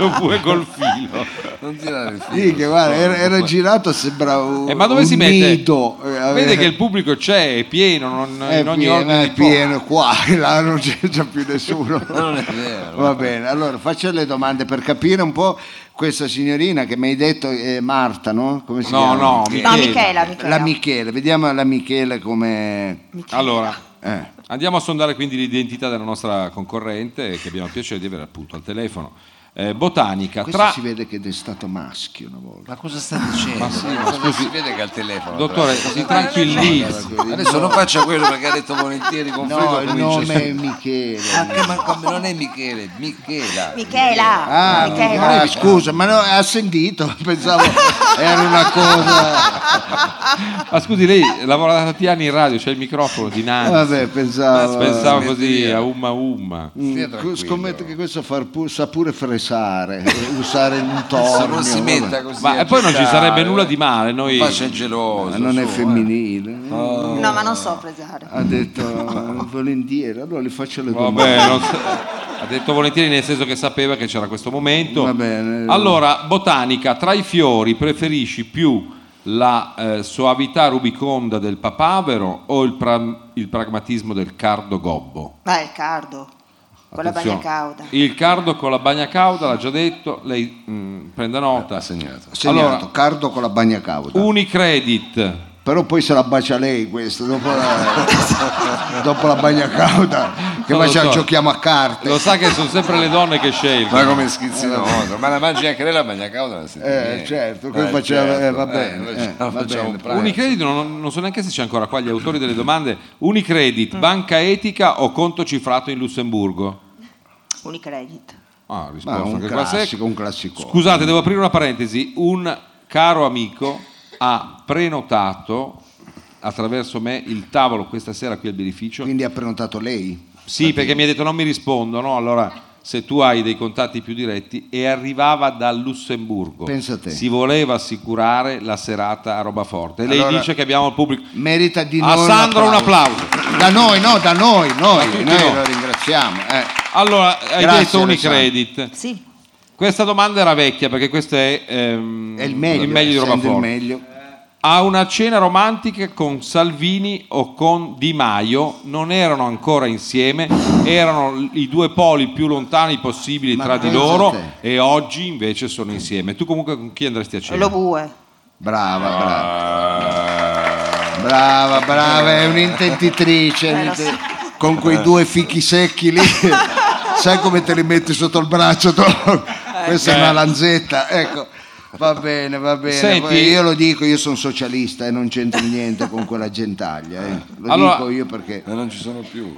lo pure col filo. Non tirare il filo. Sì, che guarda, era, era girato, sembrava un, E Eh, ma dove un si mette? nido. Eh, Vede che il pubblico c'è, è pieno, non, è in ogni pieno, ordine è di po- pieno qua, là non c'è già più nessuno. Non è vero. Va bene, allora faccio le domande per capire un po' questa signorina che mi hai detto è Marta, no? Come si No, chiama? no, No, Michele. Michela, Michela. La Michele, vediamo la Michele come... Allora, eh. Andiamo a sondare quindi l'identità della nostra concorrente che abbiamo il piacere di avere appunto al telefono. Eh, botanica, Questo tra... si vede che è stato maschio una volta. Ma cosa sta dicendo? Ma sì, ma Cosa scusi. si vede che ha il telefono. Dottore, tra- si tranquillizzi. Adesso non faccia quello perché ha detto volentieri con No, il nome è Michele. Michele. non è Michele, Michela. Michela. Ah, Michela. ah, scusa, ma no, ha sentito, pensavo era una cosa. Ma scusi, lei lavora da tanti anni in radio, c'è il microfono dinanzi. Vabbè, pensavo. Pensavo sì, così via. a umma umma. Stia Mm, tranquillo. Scommetto che questo far pu- sa pure fresare, eh, usare un Se tornio. non si vabbè. metta così. Ma a e poi non ci gettare, sarebbe nulla di male, noi Faccia il geloso. Ma non su, è eh. Ah. femminile. No, ma non so presare. Ha detto eh, volentieri, allora le faccio le domande. Vabbè, non so- ha detto volentieri nel senso che sapeva che c'era questo momento. Va bene. Allora, botanica, tra i fiori preferisci più la eh, soavità rubiconda del papavero o il, pra- il pragmatismo del cardo gobbo? Vai, il cardo. Ah, Con la bagna Attenzione. cauda. Il cardo con la bagna cauda, l'ha già detto, lei mh, prenda nota. Ha segnato. Eh, Segnato, Allora- cardo con la bagna cauda. Unicredit, Però poi se la bacia lei questo, dopo la, dopo la bagna cauda, che No, poi dottore. giochiamo a carte. lo sa che sono sempre le donne che scelgono. Ma come schizzinoso, ma la mangi anche lei la mangia cauda? non sente Eh, niente. certo, come faceva- eh, va bene, noi eh, facciamo- va facciamo bene. un pranzo. Unicredit, non, non so neanche se c'è ancora qua gli autori delle domande. Mm. Unicredit, banca etica o conto cifrato in Lussemburgo? Unicredit. Ah, Ma risposta un anche qua classico, secca. un classico. Scusate, devo aprire una parentesi. Un caro amico ha prenotato attraverso me il tavolo questa sera qui al birrificio. Quindi ha prenotato lei? Sì, perché mi ha detto non mi rispondono, allora se tu hai dei contatti più diretti e arrivava dal Lussemburgo. Pensa te. Si voleva assicurare la serata a Robaforte. E lei Allora- dice che abbiamo il pubblico. Merita di A noi Sandro un applauso. Da noi, no, da noi, noi, tutti noi noi. lo ringraziamo. eh. Allora, hai Grazie, detto Alessandro. Unicredit. Sì. Questa domanda era vecchia perché questo è, ehm, È il meglio, di essendo il Robaforte. meglio. A una cena romantica con Salvini o con Di Maio non erano ancora insieme, erano i due poli più lontani possibili Ma tra di pensa loro te. e oggi invece sono insieme. Tu comunque con chi andresti a cena? Lo bue. Brava, brava. Ah. Brava, brava, è un'intentitrice. Eh, lo un'inten- Con quei Eh. due fichi secchi lì, sai come te li metti sotto il braccio? tu? Eh. Eh. Questa è una lanzetta, ecco. Va bene, va bene. Senti- Poi Io lo dico, io sono socialista e non c'entro niente con quella gentaglia. eh. Lo Allora- dico io perché Ma Eh, non ci sono più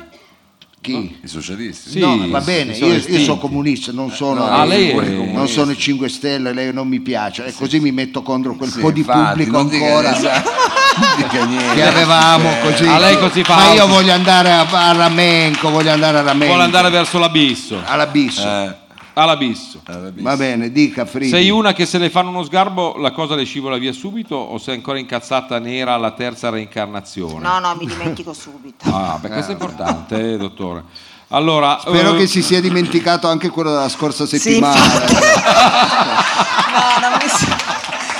chi? i socialisti. Sì. No, va bene, sono io, io estinti. sono comunista, non sono, Ah, lei è- non sono i 5 Stelle, lei non mi piace, e così mi metto contro quel Sì, po' di infatti, pubblico non dica- ancora esatto, non dica niente. che avevamo così. Eh, A lei così fa. Ma io voglio andare a, a Ramenco, voglio andare a Ramenco. Vuole andare verso l'abisso. all'abisso. Eh, All'abisso. Va bene, dica Fridi. Sei una che se le fanno uno sgarbo la cosa le scivola via subito o sei ancora incazzata nera alla terza reincarnazione? No, no, mi dimentico subito. Ah, beh, questo è importante, eh, dottore. Allora, Spero eh, che si sia dimenticato anche quello della scorsa settimana. No, non mi si...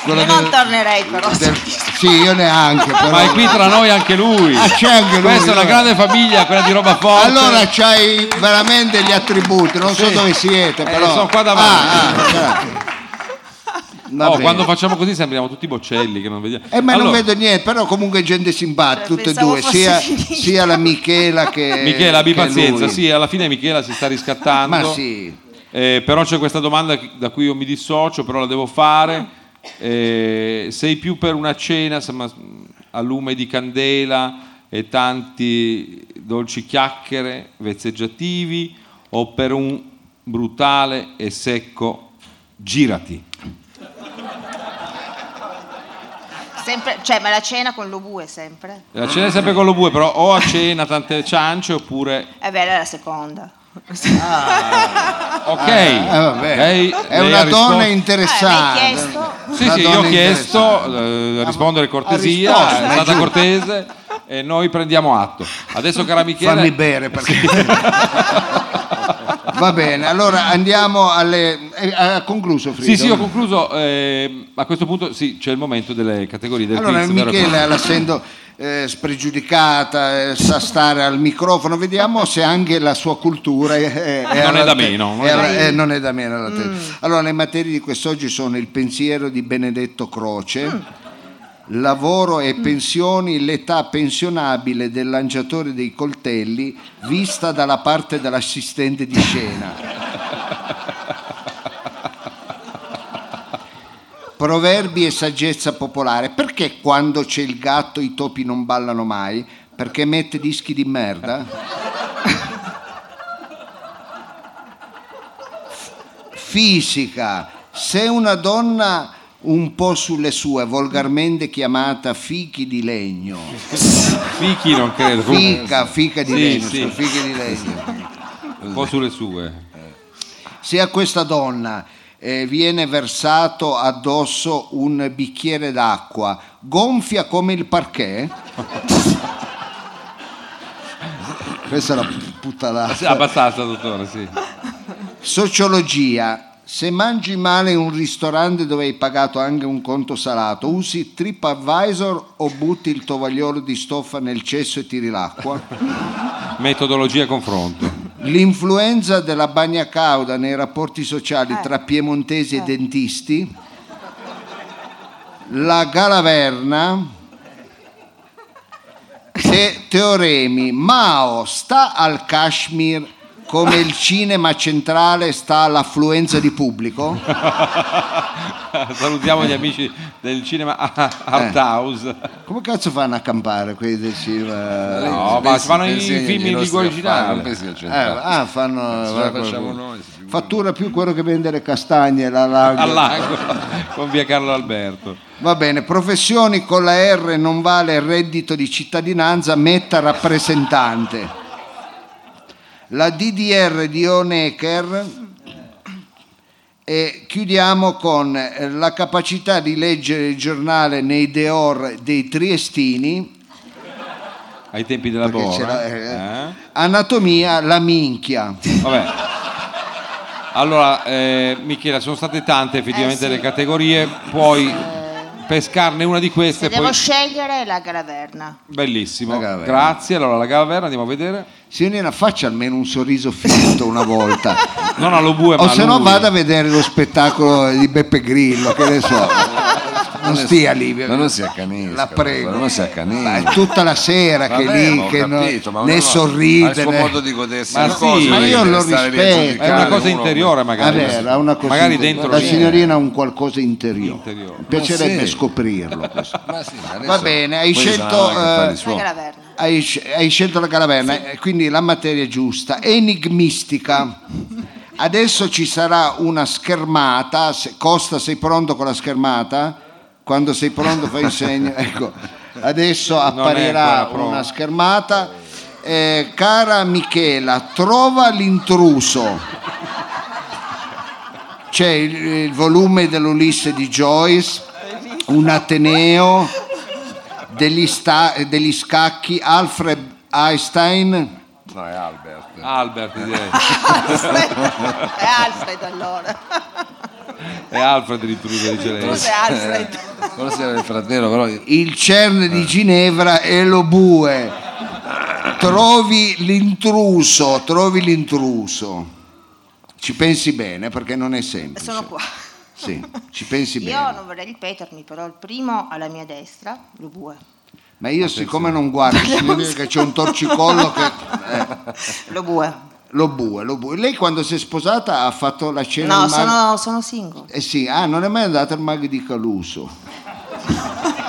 Quello Io non del- tornerei però. Del- Sì, io neanche. Però... ma è qui tra noi anche lui. Ah, c'è anche lui, Questa è una no? grande famiglia, quella di roba forte. Allora c'hai veramente gli attributi, non so Sì. dove siete, Eh, però. sono qua davanti. Ah, ah, grazie. Va Oh, bene. quando facciamo così sembriamo tutti boccelli che non vediamo. Eh, ma non Allora, vedo niente, però comunque gente simpatica, Cioè, tutte e pensavo due, fosse sia, finito. sia la Michela che. Eh, Michela, abbi che pazienza, lui. sì, alla fine Michela si sta riscattando. Ma sì. Eh, però c'è questa domanda che- da cui io mi dissocio, però la devo fare. Eh, sei più per una cena insomma, a lume di candela e tanti dolci chiacchiere vezzeggiativi o per un brutale e secco girati? Sempre, cioè, ma la cena con l'obue sempre? La cena è sempre con lo bue, però o a cena tante ciance oppure... Eh beh, era la seconda. Ah. Eh, Ok, Eh, vabbè. lei- è lei una ha risposto- donna Eh, mi hai interessante. chiesto? Sì, Una sì, io ho donna chiesto interessante. eh, a rispondere cortesia, risposto, è ma stata giù. cortese e noi prendiamo atto. Adesso cara Michela, Fammi bere perché. Va bene, allora andiamo alle. eh, Ha concluso Frido? Sì, sì, ho concluso. ehm, a questo punto sì, c'è il momento delle categorie del Allora, quiz, vero? Michela, essendo eh, spregiudicata, eh, sa stare al microfono, vediamo se anche la sua cultura eh, è, è- è Non alla è da te- meno, non è è alla- da eh, non è da meno. alla te- Allora, le materie di quest'oggi sono il pensiero di Benedetto Croce. Lavoro e pensioni, l'età pensionabile del lanciatore dei coltelli vista dalla parte dell'assistente di scena. Proverbi e saggezza popolare. Perché quando c'è il gatto i topi non ballano mai? Perché mette dischi di merda? Fisica. Se una donna un po' sulle sue, volgarmente chiamata fichi di legno. Fichi non credo, comunque, Fica, fica di Sì, legno, sì. scusa, fichi di legno. un po' sulle sue. se a questa donna eh, viene versato addosso un bicchiere d'acqua, gonfia come il parquet? Questa è la Sì, puttanata. abbastanza, dottore, sì. Sociologia. Se mangi male in un ristorante dove hai pagato anche un conto salato, usi TripAdvisor o butti il tovagliolo di stoffa nel cesso e tiri l'acqua? Metodologia confronto. L'influenza della bagna cauda nei rapporti sociali tra piemontesi e dentisti, la galaverna, te- teoremi, Mao sta al Kashmir come il cinema centrale sta all'affluenza di pubblico? Salutiamo gli amici del cinema Eh. Art House. Come cazzo fanno a campare quelli del cinema? No, ma si fanno i film in lingua originale. Eh, certo. ah, fanno, la facciamo noi, si figuri. fattura più quello che vende le castagne la lager. All'angolo con via Carlo Alberto. Va bene, professioni con la R non vale reddito di cittadinanza, metta rappresentante. La DDR di Onecker e chiudiamo con eh, la capacità di leggere il giornale nei deor dei triestini, Ai tempi della Perché Bora. c'era, eh? anatomia, la minchia. Vabbè. Allora, eh, Michela, sono state tante effettivamente Eh, sì. Eh. le categorie, puoi pescarne una di queste. Se devo Poi... scegliere la galaverna. Bellissimo, La Gaverna. grazie. Allora, la Gaverna andiamo a vedere. Signorina, faccia almeno un sorriso finto una volta. Non allo bue, ma O a Oh, se no lui. vada a vedere lo spettacolo di Beppe Grillo, che ne so. Non stia lì. Ma non si accanisca. La prego. Ma non si accanisca. Ma è tutta la sera che è Vabbè, lì, ho che no- capito, ma ne ognuno ha il sorride. suo ne- modo di godersi Ma le sì, cose, ma non è io che lo stare lì a rispetto. È una giudicare cosa uno. interiore, magari. Vabbè, Ah, era una cosa magari inter- dentro la c'è. signorina ha un qualcosa interiore. Interiore. Mi piacerebbe Ma eh. sì. scoprirlo. questo. Ma sì, ma adesso- Va bene, hai quelli scelto, sono là che fanno eh, i La suoi. galaverna. Hai, sc- hai scelto la calaverna, eh, quindi la materia è giusta. Enigmistica. Adesso ci sarà una schermata. se- Costa, sei pronto con la schermata? Quando sei pronto fai un segno. Ecco, adesso apparirà ancora pronto. una schermata. Eh, cara Michela, trova l'intruso. c'è il, il volume dell'Ulisse di Joyce, un Ateneo, degli, sta- degli scacchi, Alfred Einstein. No, è Albert. Albert direi. È Alfred Eh, allora. È Alfred di Trude dice lei. Tu sei Alfred. Eh, Forse era il fratello, però il CERN di Ginevra e lo bue. Trovi l'intruso, trovi l'intruso. Ci pensi bene perché non è semplice. Eh, Sono qua. Sì, ci pensi Io bene. non vorrei ripetermi, però il primo alla mia destra, lo bue. Ma io siccome non guardo, significa che c'è un torcicollo che... eh, Lo bue. lo bue, lo bue. Lei quando si è sposata ha fatto la cena... No, al Mag- sono, sono single. Eh sì, ah, non è mai andata al Mag di Caluso.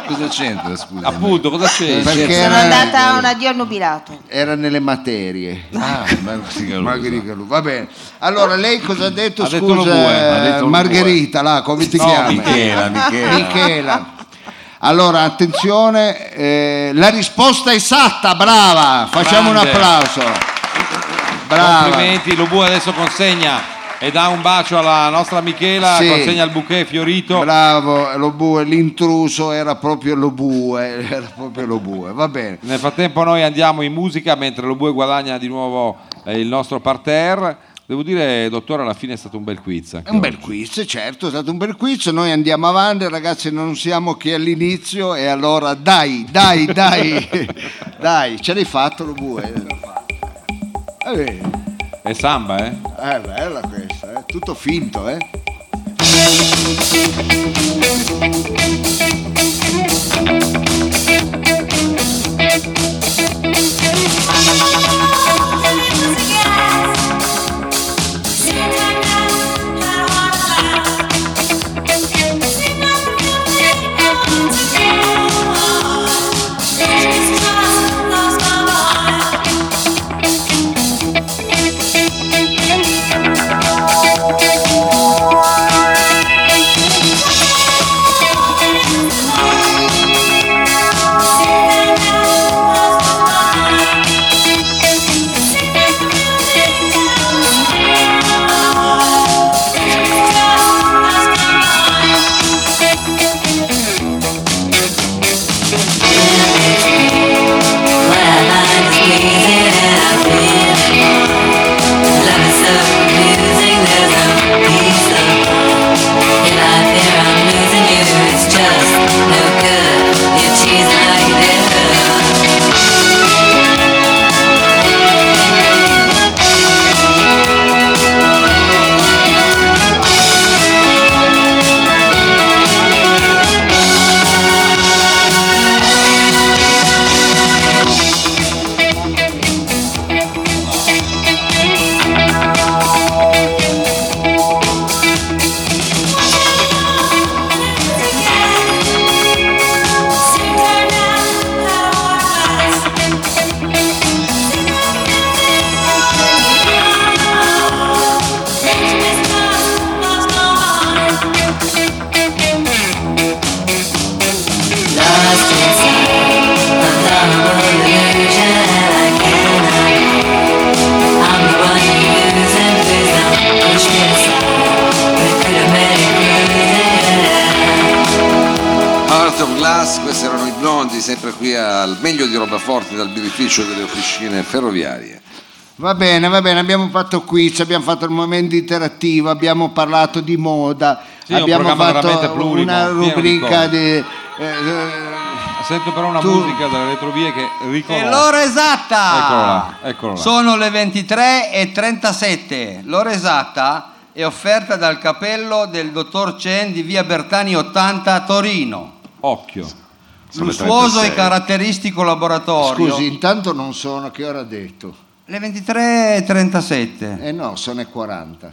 cosa c'entra, scusa? Appunto, cosa c'è? Perché Certo. Sono era, andata a un addio al nubilato. era nelle materie. Ah, ma sì, che Margherita Galù, va bene. Allora, lei cosa ha detto? Ha detto scusa, lo bue, ha detto lo Margherita, là, come ti No, chiami? Michela, Michela. Michela. Allora, attenzione, eh, la risposta esatta, brava. Facciamo un Grande. applauso. Brava. Complimenti, Lubu adesso consegna e dà un bacio alla nostra Michela, Sì. consegna il bouquet fiorito. Bravo, lo bue, l'intruso era proprio lo bue, era proprio lo bue, va bene. Nel frattempo noi andiamo in musica mentre Lobue guadagna di nuovo eh, il nostro parterre. Devo dire, dottore, alla fine è stato un bel quiz. anche È un oggi. bel quiz, certo, è stato un bel quiz, noi andiamo avanti, ragazzi, non siamo che all'inizio e allora dai, dai, dai, dai, ce l'hai fatto lo bue. Eh, eh, È samba, eh? è bella questa, eh, tutto finto, eh. Heart of Glass, questi erano i blondi, sempre qui al meglio di roba forte dal birrificio delle officine ferroviarie. Va bene, va bene, abbiamo fatto quiz, abbiamo fatto il momento interattivo, abbiamo parlato di moda, Sì, è un abbiamo programma fatto veramente plurimo, una pieno di rubrica cose. di... eh, eh, Sento però una Tu- musica dalle retrovie che riconosco. E l'ora esatta! Eccolo là, eccolo là. Sono le 23 e 37. L'ora esatta è offerta dal cappello del dottor Chen di via Bertani 80 a Torino. Occhio. Sono le Lussuoso 36. e caratteristico laboratorio. Scusi, intanto non sono, che ora ha detto? Le 23 e 37. Eh no, sono e 40.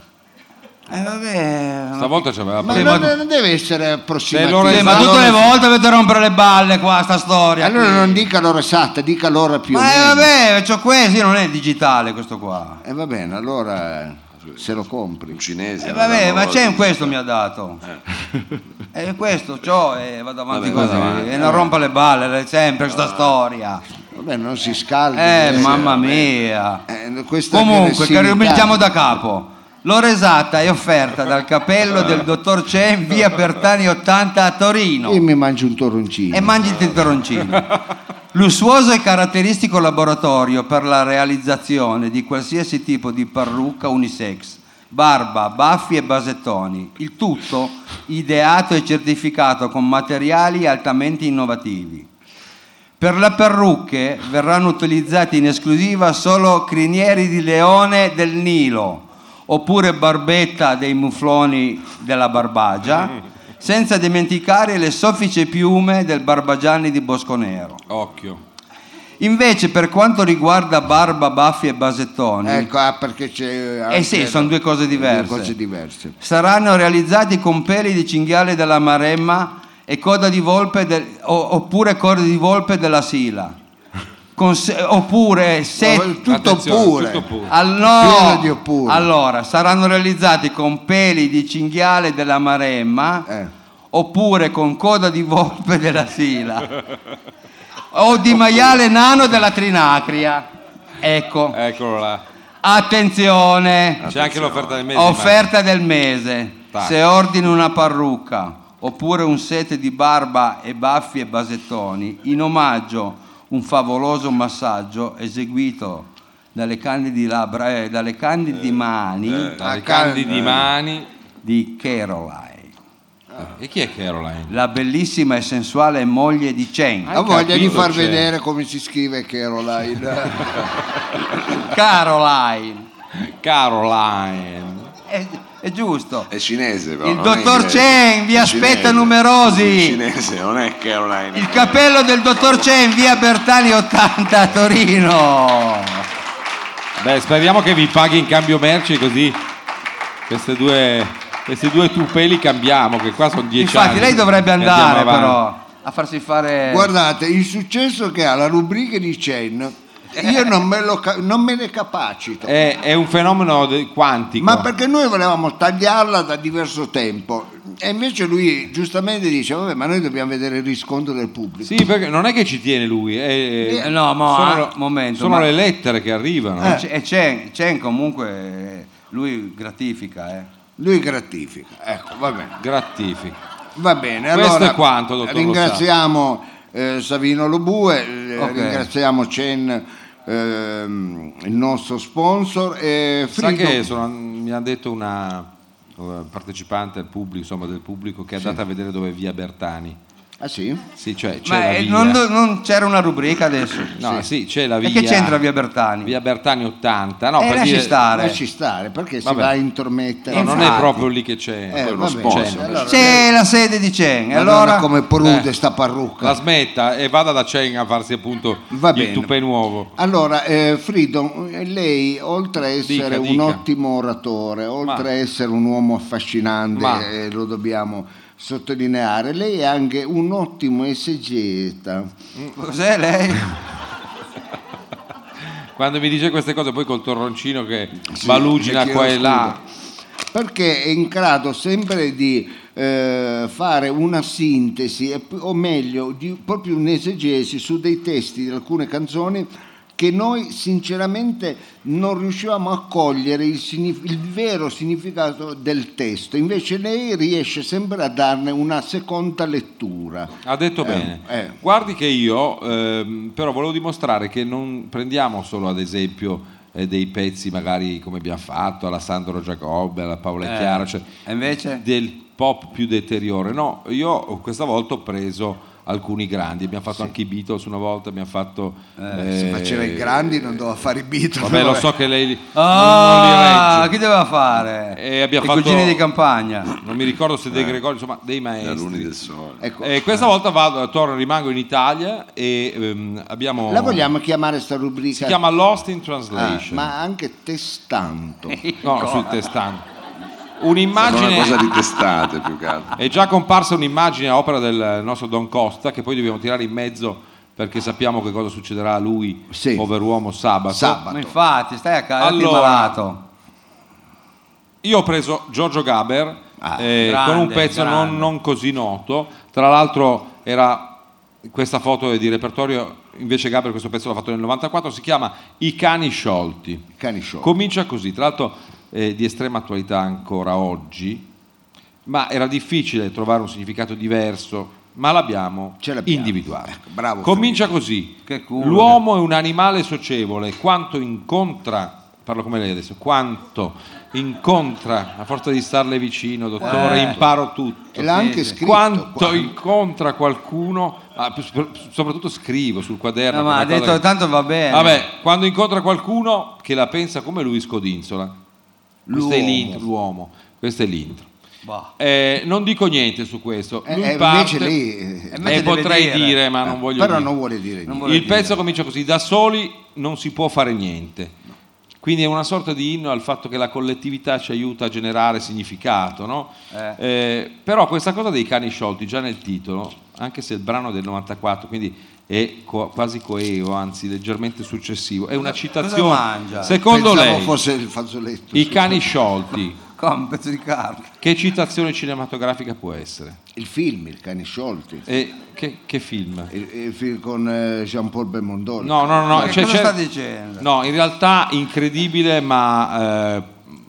Eh vabbè. Stavolta ci aveva Ma Sì, preso. non, ma- non deve essere Sei l'ora approssimativo. Sì, ma Madonna. tutte le volte avete rompere le balle qua sta storia. Allora qui. non dica l'ora esatta, dica l'ora più. o Ma eh, meno. vabbè, c'ho questo, io non è digitale questo qua. Eh, va bene, allora eh, se lo compri. Un cinese. Eh, era vabbè, una ma volta. c'è un questo mi ha dato. E questo c'ho e vado avanti Vabbè, così. vado avanti. E non rompa le balle, le- sempre questa storia. Va bene, non si scaldi. Eh, eh, mamma mia. eh, questa Comunque, che aggressività. ricominciamo da capo. L'ora esatta è offerta dal capello del dottor Chen, via Bertani 80 a Torino. Io mi mangio un toroncino. e mangiti il torroncino. Lussuoso e caratteristico laboratorio per la realizzazione di qualsiasi tipo di parrucca unisex, barba, baffi e basettoni. Il tutto ideato e certificato con materiali altamente innovativi. Per le parrucche verranno utilizzati in esclusiva solo crinieri di leone del Nilo oppure barbetta dei mufloni della Barbagia, senza dimenticare le soffice piume del Barbagianni di Bosconero. Occhio. Invece per quanto riguarda barba, baffi e basettoni, Ecco, ah, perché c'è... eh sì, sono due cose diverse. Due cose diverse. Saranno realizzati con peli di cinghiale della Maremma e coda di volpe del- o- oppure coda di volpe della Sila. Con se- oppure se, No, tutto Attenzione, pure. tutto pure. Ah, Pieno di no! oppure. Allora, saranno realizzati con peli di cinghiale della Maremma Eh. oppure con coda di volpe della Sila o di maiale nano della Trinacria. Ecco, Eccolo là. attenzione, C'è anche l'offerta del mese. offerta del mese. Tac. Se ordini una parrucca oppure un set di barba e baffi e basettoni, in omaggio un favoloso massaggio eseguito dalle candidi labbra e dalle candidi mani immagino. Dalle Ah, candidi eh. mani. di Caroline, Eh. E chi è Caroline? la bellissima e sensuale moglie di Oh, Chen. Ho voglia di capito, far c'è. cioè. vedere come si scrive Caroline. Caroline. Caroline. È, è giusto. È cinese però. Il non è dottor inglese. Chen vi È aspetta cinese. numerosi. È cinese, non è Caroline. Il cappello del dottor Chen, via Bertani 80 a Torino. Beh, speriamo che vi paghi in cambio merci così queste due, questi due tupè li cambiamo, che qua sono dieci anni. Infatti lei dovrebbe che andiamo andare avanti. però a farsi Eh. fare... Guardate, il successo che ha la rubrica di Chen, io non me, lo ca- non me ne capacito. È, è un fenomeno de- quantico. Ma perché noi volevamo tagliarla da diverso tempo e invece lui giustamente dice, vabbè, ma noi dobbiamo vedere il riscontro del pubblico. Sì, perché non è che ci tiene lui. è- Eh, no, mo, sono, ah, momento, sono ma- le lettere che arrivano. Eh. Eh. E C- E Chen, Chen comunque eh, lui gratifica. eh. Lui gratifica. Ecco, va bene. Gratifica. Va bene, Questo allora è quanto, dottor ringraziamo eh, Savino Lobue, eh, Ok. ringraziamo Chen, ehm, il nostro sponsor. E Sa Frido- che sono- mi ha detto una eh, partecipante al pubblico, insomma, del pubblico che è andata a vedere dove è via Bertani. Ah sì? Sì, cioè c'è Ma la eh, via. non, do- non c'era una rubrica adesso. No, sì. c'è la via. E che c'entra via Bertani? Via Bertani 80. No, Eh, per lasci dire- stare. Lasci stare, perché si Vabbè. va a intromettere. No, non è Infatti. proprio lì che c'è. Eh, Poi uno va bene. sponsor. Allora, C'è la sede di Chen. E Madonna, allora... come prude Eh. sta La parrucca. smetta e vada da Chen a farsi appunto Va il bene. tupè nuovo. Allora, eh, Frido, eh, lei oltre a essere Dica, un dica. ottimo oratore, oltre Ma. a essere un uomo affascinante, Ma. eh, lo dobbiamo sottolineare, lei è anche un ottimo esegeta. Cos'è lei? Quando mi dice queste cose, poi col torroncino che Sì, balugina le chiedo qua e scusa. là. Perché è in grado sempre di eh, fare una sintesi, e p- o meglio, di- proprio un'esegesi su dei testi di alcune canzoni che noi sinceramente non riuscivamo a cogliere il, signif- il vero significato del testo, invece lei riesce sempre a darne una seconda lettura. Ha detto bene. eh. Guardi che io ehm, però volevo dimostrare che non prendiamo solo ad esempio eh, dei pezzi magari come abbiamo fatto alla Sandro Giacobbe, alla Paola Eh, Chiara, cioè e invece? del pop più deteriore. No, io questa volta ho preso alcuni grandi, abbiamo fatto anche i Beatles una volta, abbiamo fatto... Se eh, faceva i grandi non doveva fare i Beatles. Vabbè, lo so che lei li- non, non li Ah, regge. chi doveva fare? E abbiamo I fatto- cugini di campagna. Non mi ricordo se De Gregori, insomma, dei Eh. Da luni maestri. del sole. Ecco. Eh, questa volta vado, torno, rimango in Italia e ehm, abbiamo... La vogliamo chiamare sta rubrica? Si chiama Lost in Ah, Translation. ma anche testanto. No, sul testante. Sembra una cosa Un'immagine... di testate più che altro. È già comparsa un'immagine a opera del nostro Don Costa che poi dobbiamo tirare in mezzo perché sappiamo che cosa succederà a lui, Sì. pover'uomo, sabato. Sabato. Ma infatti, stai a casa, Allora. malato. Io ho preso Giorgio Gaber Ah, eh, grande, con un pezzo non, grande. non così noto. Tra l'altro era questa foto è di repertorio, invece Gaber questo pezzo l'ha fatto nel 94, si chiama I cani sciolti. Cani show. Comincia così, tra l'altro eh, di estrema attualità ancora oggi, ma era difficile trovare un significato diverso, ma l'abbiamo, Ce l'abbiamo. Ecco, individuato. bravo, Comincia così. Che culo, L'uomo è un animale socievole, quanto incontra, parlo come lei adesso, quanto incontra, a forza di starle vicino, dottore, imparo tutto. Eh. E l'ha anche scritto. quanto, qua. incontra qualcuno, ah, p- soprattutto scrivo sul quaderno. No, Eh, ma ha come detto Eh, cosa che- tanto va bene. Vabbè, quando incontra qualcuno che la pensa come lui scodinzola. Questo è L'uomo. l'intro, l'uomo. Questo è l'intro. Boh. Eh, non dico niente su questo. Eh, Lui eh, parte invece lì eh, Eh, e invece deve potrei dire, dire. ma non voglio però dire. non vuole dire niente. vuole Il dire. pezzo comincia così, da soli non si può fare niente. Quindi è una sorta di inno al fatto che la collettività ci aiuta a generare significato, no? Eh. Eh, però questa cosa dei cani sciolti, già nel titolo, anche se il brano è del 94, quindi è co- quasi coevo, anzi leggermente successivo, è una citazione. mangia? Secondo Pensavo lei, fosse il fazzoletto. i cani sciolti, Qua un pezzo di carta. che citazione cinematografica può essere? Il film, Il cane sciolti. E che, che film? Il, il film con eh, Jean-Paul Belmondo. No, no, no, no, Ma che cioè, cosa c'è- sta dicendo? No, in realtà incredibile, ma eh,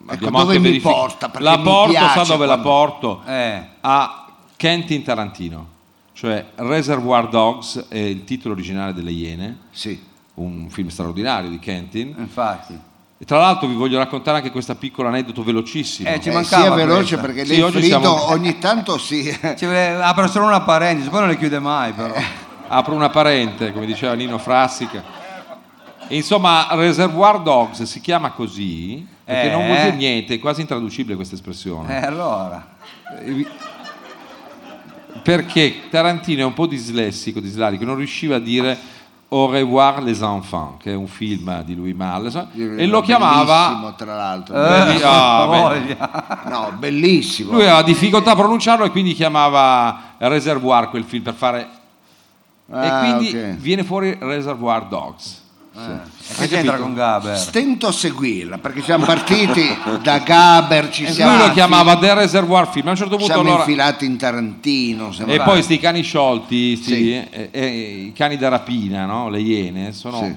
abbiamo Ecco, dove anche mi verific- porta? Perché La mi porto, sa piace dove la quando- porto? Eh. A Kentin Tarantino, cioè Reservoir Dogs è il titolo originale delle Iene, Sì. un film straordinario di Kentin. Infatti. E tra l'altro vi voglio raccontare anche questa piccola aneddoto velocissima. Eh, ci Eh, mancava sia veloce questa. perché Sì, lei oggi Frido siamo- ogni tanto si Ci vuole- apre solo una parentesi, poi non le chiude mai però. Eh. Apro una parente, come diceva Nino Frassica. Insomma, Reservoir Dogs si chiama così perché Eh. non vuol dire niente, è quasi intraducibile questa espressione. Eh, allora. perché Tarantino è un po' dislessico, dislarico, non riusciva a dire Au revoir les enfants, che è un film di lui Malles, e lo chiamava... Bellissimo, tra l'altro. Belli- ah, beh. Eh, voglia. No, bellissimo. Lui aveva difficoltà a pronunciarlo e quindi chiamava Reservoir quel film per fare... Ah, e quindi ok. viene fuori Reservoir Dogs. E Che c'entra con Gaber? Stento a seguirla perché siamo partiti da Gaber, ci E siamo, lui lo chiamava The Reservoir Film, a un certo punto siamo allora... infilati in Tarantino. siamo- E poi sti cani sciolti, sti- Sì. eh, eh, i cani da rapina, no? le iene, sono Sì.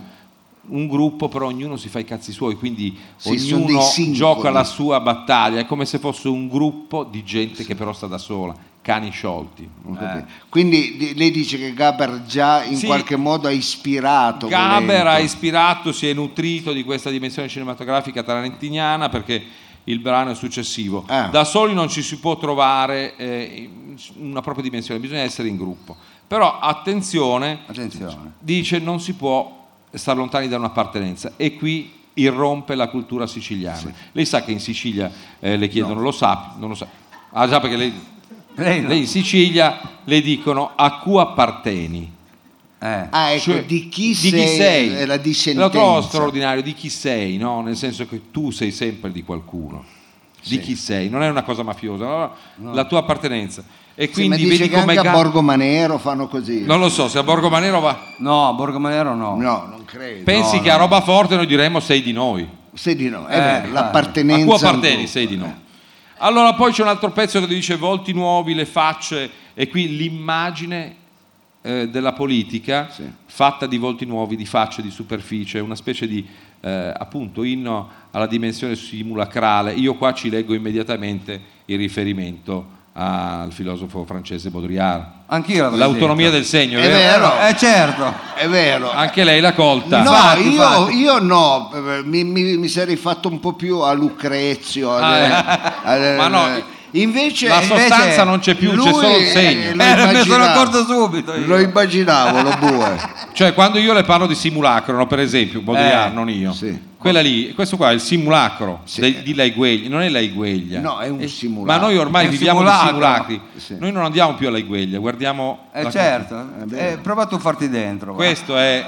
un gruppo, però ognuno si fa i cazzi suoi, quindi Sì, sono dei ognuno sincroni. gioca la sua battaglia, è come se fosse un gruppo di gente che però sta da sola, cani sciolti. Non capito. Quindi di- lei dice che Gaber già in Eh. Sì. qualche modo ha ispirato. Gaber volendo. ha ispirato, si è nutrito di questa dimensione cinematografica tarantiniana perché il brano è successivo. Ah. Da soli non ci si può trovare eh, una propria dimensione, bisogna essere in gruppo. Però attenzione, Attenzione. dice non si può stare lontani da un'appartenenza e qui irrompe la cultura siciliana. Lei sa che in Sicilia eh, le chiedono, lo sa, non lo sa. Ah già perché lei, Lei no. lei in Sicilia le dicono a cui apparteni. Eh. Ah, ecco, Cioè, di chi di sei, è la Lo trovo dissentenza. straordinario, di chi sei, no? Nel senso che tu sei sempre di qualcuno. Di chi sei, non è una cosa mafiosa, no? la tua appartenenza. E Sì, ma quindi dice vedi che come anche a ga- Borgo Manero fanno così. Non lo so, se a Borgo Manero va... No, Borgo Manero no. No, non credo. Pensi no, che a roba forte noi diremmo sei di noi. Sei di no, è Eh, vero, eh. l'appartenenza. a cui al apparteni gruppo. sei di noi. Eh. Allora poi c'è un altro pezzo che dice volti nuovi, le facce e qui l'immagine eh, della politica Sì. fatta di volti nuovi, di facce, di superficie, una specie di eh, appunto inno alla dimensione simulacrale. Io qua ci leggo immediatamente il riferimento al filosofo francese Baudrillard. Ah, Anch'io l'avrei L'autonomia detto. del segno, È vero? vero. Eh certo. È vero. Anche lei l'ha colta. No, Infatti, io, infatti. io no, eh, mi, mi- mi sarei fatto un po' più a Lucrezio. a- Ah, a- eh. a- Ma no, invece La eh, sostanza non c'è più, c'è lui, solo il eh, segno. lo Eh, me ne sono immaginavo. accorto subito. io. Lo immaginavo, lo bue. Cioè, quando io le parlo di simulacro, no, per esempio, Baudrillard, Eh, non io, sì. quella lì, questo qua è il simulacro Sì. del- di Laigueglia, non è Laigueglia. No, è un simulacro. Ma noi ormai È un viviamo di simulacro. simulacri, Sì. noi non andiamo più a Laigueglia, guardiamo... Eh la- certo. bene. Eh, prova tu a farti dentro. va. Questo è...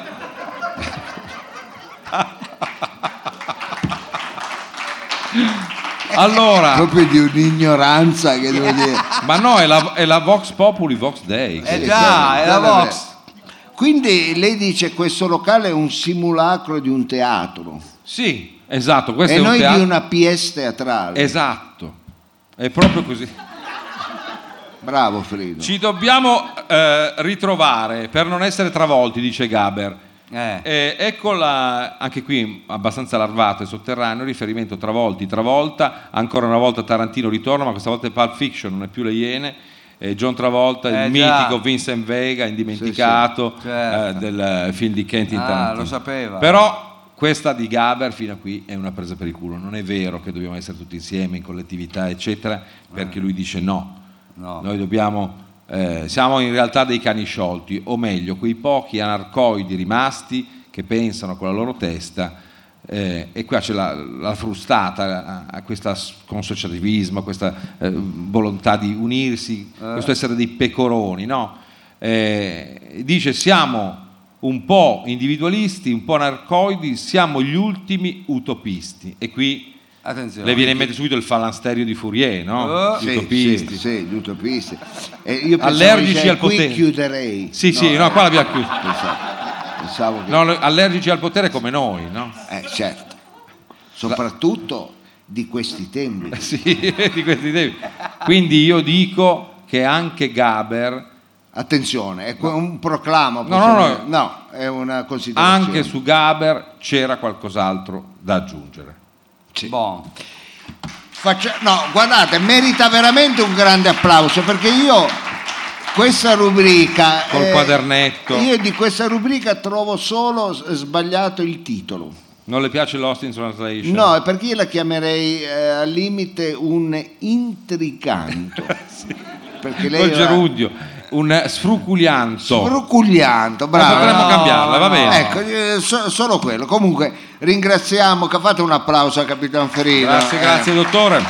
allora, Proprio di un'ignoranza che Eh. devo dire. ma no, è la, è la Vox Populi Vox Dei. Eh già, è la Vabbè. Vox. Quindi lei dice questo locale è un simulacro di un teatro Sì, esatto, questo e è un noi teatro... di una pièce teatrale. Esatto, è proprio così. Bravo Frido. Ci dobbiamo eh, ritrovare per non essere travolti, dice Gaber. Eh. Eh, ecco la- anche qui abbastanza larvato e sotterraneo, riferimento Travolti, Travolta, ancora una volta Tarantino ritorna, ma questa volta è Pulp Fiction, non è più le Iene. eh, John Travolta, Eh, il già. mitico Vincent Vega, indimenticato sì, certo. eh, del eh, film di Quentin Ah, Tarantino. lo sapeva. Però questa di Gaber fino a qui è una presa per il culo. Non è vero che dobbiamo essere tutti insieme in collettività, eccetera, Ah. perché lui dice no. No. Noi dobbiamo. eh, siamo in realtà dei cani sciolti, o meglio, quei pochi anarcoidi rimasti che pensano con la loro testa. eh, e qua c'è la, la frustata a, a questa s- consociativismo, a questa eh, volontà di unirsi, questo essere dei pecoroni, no? Eh, dice siamo un po' individualisti, un po' anarcoidi, siamo gli ultimi utopisti. E qui Attenzione. le viene in mente subito il falansterio di Fourier, no? Eh. Gli Sì, utopisti. sì, sì, gli utopisti. E io pensavo Allergici dicesse, al qui potere." chiuderei. eh, Sì, sì, no, qua l'abbiamo chiuso. Pensavo, pensavo che... No, lo- allergici al potere come noi, no? Eh, certo. Soprattutto di questi tempi. Sì, di questi temi. Quindi io dico che anche Gaber, Attenzione, è un proclamo. No, no, possiamo- no. No, è una considerazione. anche su Gaber c'era qualcos'altro da aggiungere. Bon. Faccia- No, guardate, merita veramente un grande applauso perché io questa rubrica... eh, Col quadernetto. Io di questa rubrica trovo solo s- sbagliato il titolo. Non le piace l'Host in Translation? No, è perché io la chiamerei eh, al limite un intricanto. Perché lei Col era- gerundio, un sfruculianto. Sfrucuglianto, bravo. potremmo cambiarla, va bene. Ecco, eh, so- solo quello. Comunque ringraziamo, che fate un applauso a Capitan Frida. grazie, eh. grazie dottore.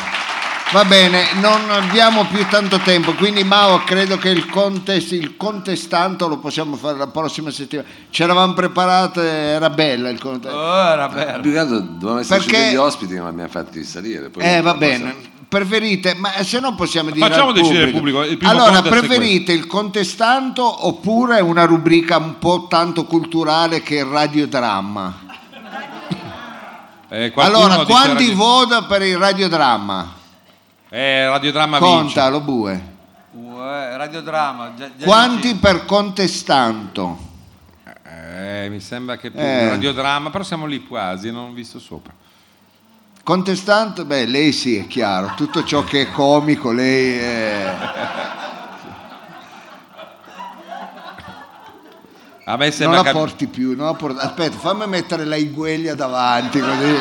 Va bene, non abbiamo più tanto tempo, quindi Mao credo che il, contest, il contestanto lo possiamo fare la prossima settimana. Ce l'avevamo preparata, era bella il contesto. Oh, era bello. Eh, Più che altro dovevano esserci Perché- degli ospiti che non abbiamo fatti salire. poi Eh, va non posso- bene. Preferite, ma se no possiamo dire. Facciamo al decidere il pubblico, il primo allora, contest è preferite il contestanto oppure una rubrica un po' tanto culturale che il radiodramma? Eh, qualcuno Allora, dice quanti radio- vota per il radiodramma? Eh, radiodramma vince. Conta, lo bue. Uè, Uh, eh, radiodrama. già- già Quanti dici- per contestanto? Eh, mi sembra che più Eh. radiodramma, però siamo lì quasi, non ho visto sopra. Contestante, beh, lei sì, è chiaro, tutto ciò che è comico, lei eh, è... A me non sembra la che porti più. non la porti- Aspetta, fammi mettere la igueglia davanti, così.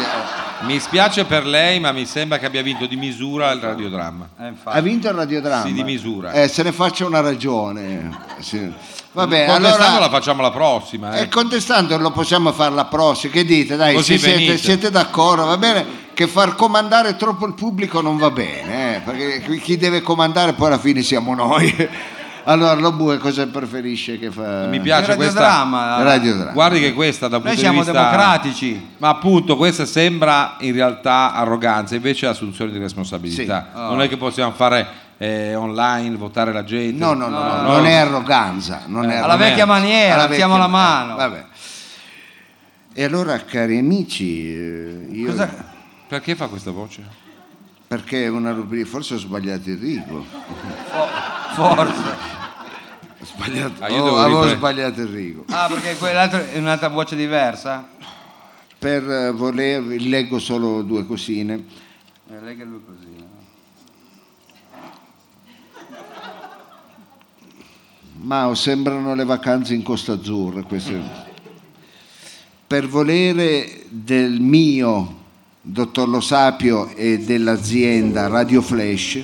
mi spiace per lei, ma mi sembra che abbia vinto di misura il radiodramma. Eh, infatti. Ha vinto il radiodramma? Sì, di misura. Eh, se ne faccia una ragione. Sì. Va bene, Contestando allora... Ecco. la facciamo la prossima, eh. E contestando lo possiamo fare la prossima, che dite? Dai, Così se siete, venite. siete d'accordo, va bene? Che far comandare troppo il pubblico non va bene, eh, perché chi- chi deve comandare poi alla fine siamo noi. Allora, lo bue cosa preferisce che fa? Mi Il piace questa. radiodrama. Radio Drama. Guardi che questa da un Noi punto siamo di vista democratici. Ma appunto questa sembra in realtà arroganza, invece è assunzione di responsabilità. Sì. Oh. Non è che possiamo fare eh, online, votare la gente. No, no, no, no, No, non no. è arroganza. Non è Alla arroganza. vecchia maniera, Alla alziamo vecchia- la mano. Vabbè. E allora, cari amici, eh, io... Cosa- Perché fa questa voce? Perché è una rubrica, forse ho sbagliato il rigo. Forse. Ho sbagliato, Ah, io oh, devo avevo riprendere. sbagliato il rigo. Ah, perché quell'altro è un'altra voce diversa? Per eh, volervi, leggo solo due cosine. Eh, Lega lui così. no? Ma sembrano le vacanze in Costa Azzurra queste. Per volere del mio dottor Lo Sapio e dell'azienda Radio Flash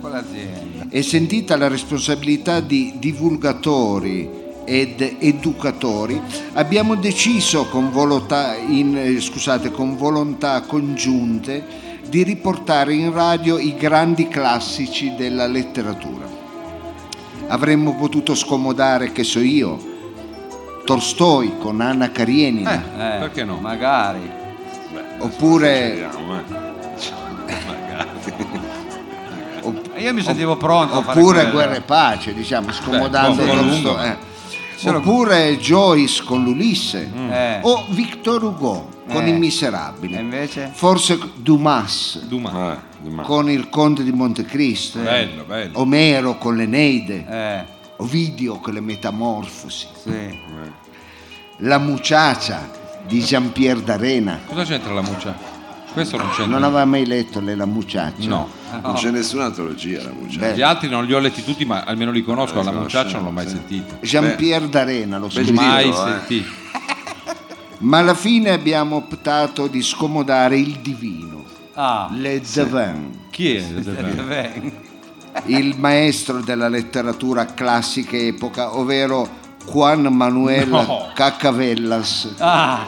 Con l'azienda. è sentita la responsabilità di divulgatori ed educatori, abbiamo deciso con volontà, in- eh, scusate, con volontà congiunte di riportare in radio i grandi classici della letteratura. Avremmo potuto scomodare, che so io, Tolstoi con Anna Karenina, Eh, Perché no? Magari. oppure, opp- Io mi sentivo pronto. a fare oppure quello. Guerra e Pace, diciamo, scomodando Beh, poco Tolstoi, lungo. eh. Solo- Oppure Joyce con l'Ulisse, Mm. Eh. o Victor Hugo con Eh. Il E Miserabile, invece? forse Dumas Duma. Ah, domani. con Il Conte di Montecristo, Bello, Oh. bello. Omero con l'Eneide, Eh, Ovidio con le Metamorfosi, sì. La Muciacia di Jean-Pierre D'Arena. Cosa c'entra la muccia? Questo non c'entra. Non aveva mai letto lei La Muciacia? Mm. No. Non c'è nessun'antologia la Muccia. Beh, Gli altri non li ho letti tutti, ma almeno li conosco. Eh, La sì, mucciaccia sì, non l'ho mai sì. sentita. Jean-Pierre D'Arena, lo bel scrivo. giro. Mai eh. sentita. Ma alla fine abbiamo optato di scomodare il divino, Ah, Le Zavin. Chi è? davvero? beh, il maestro della letteratura classica epoca, ovvero Juan Manuel No. Cacavellas. ah,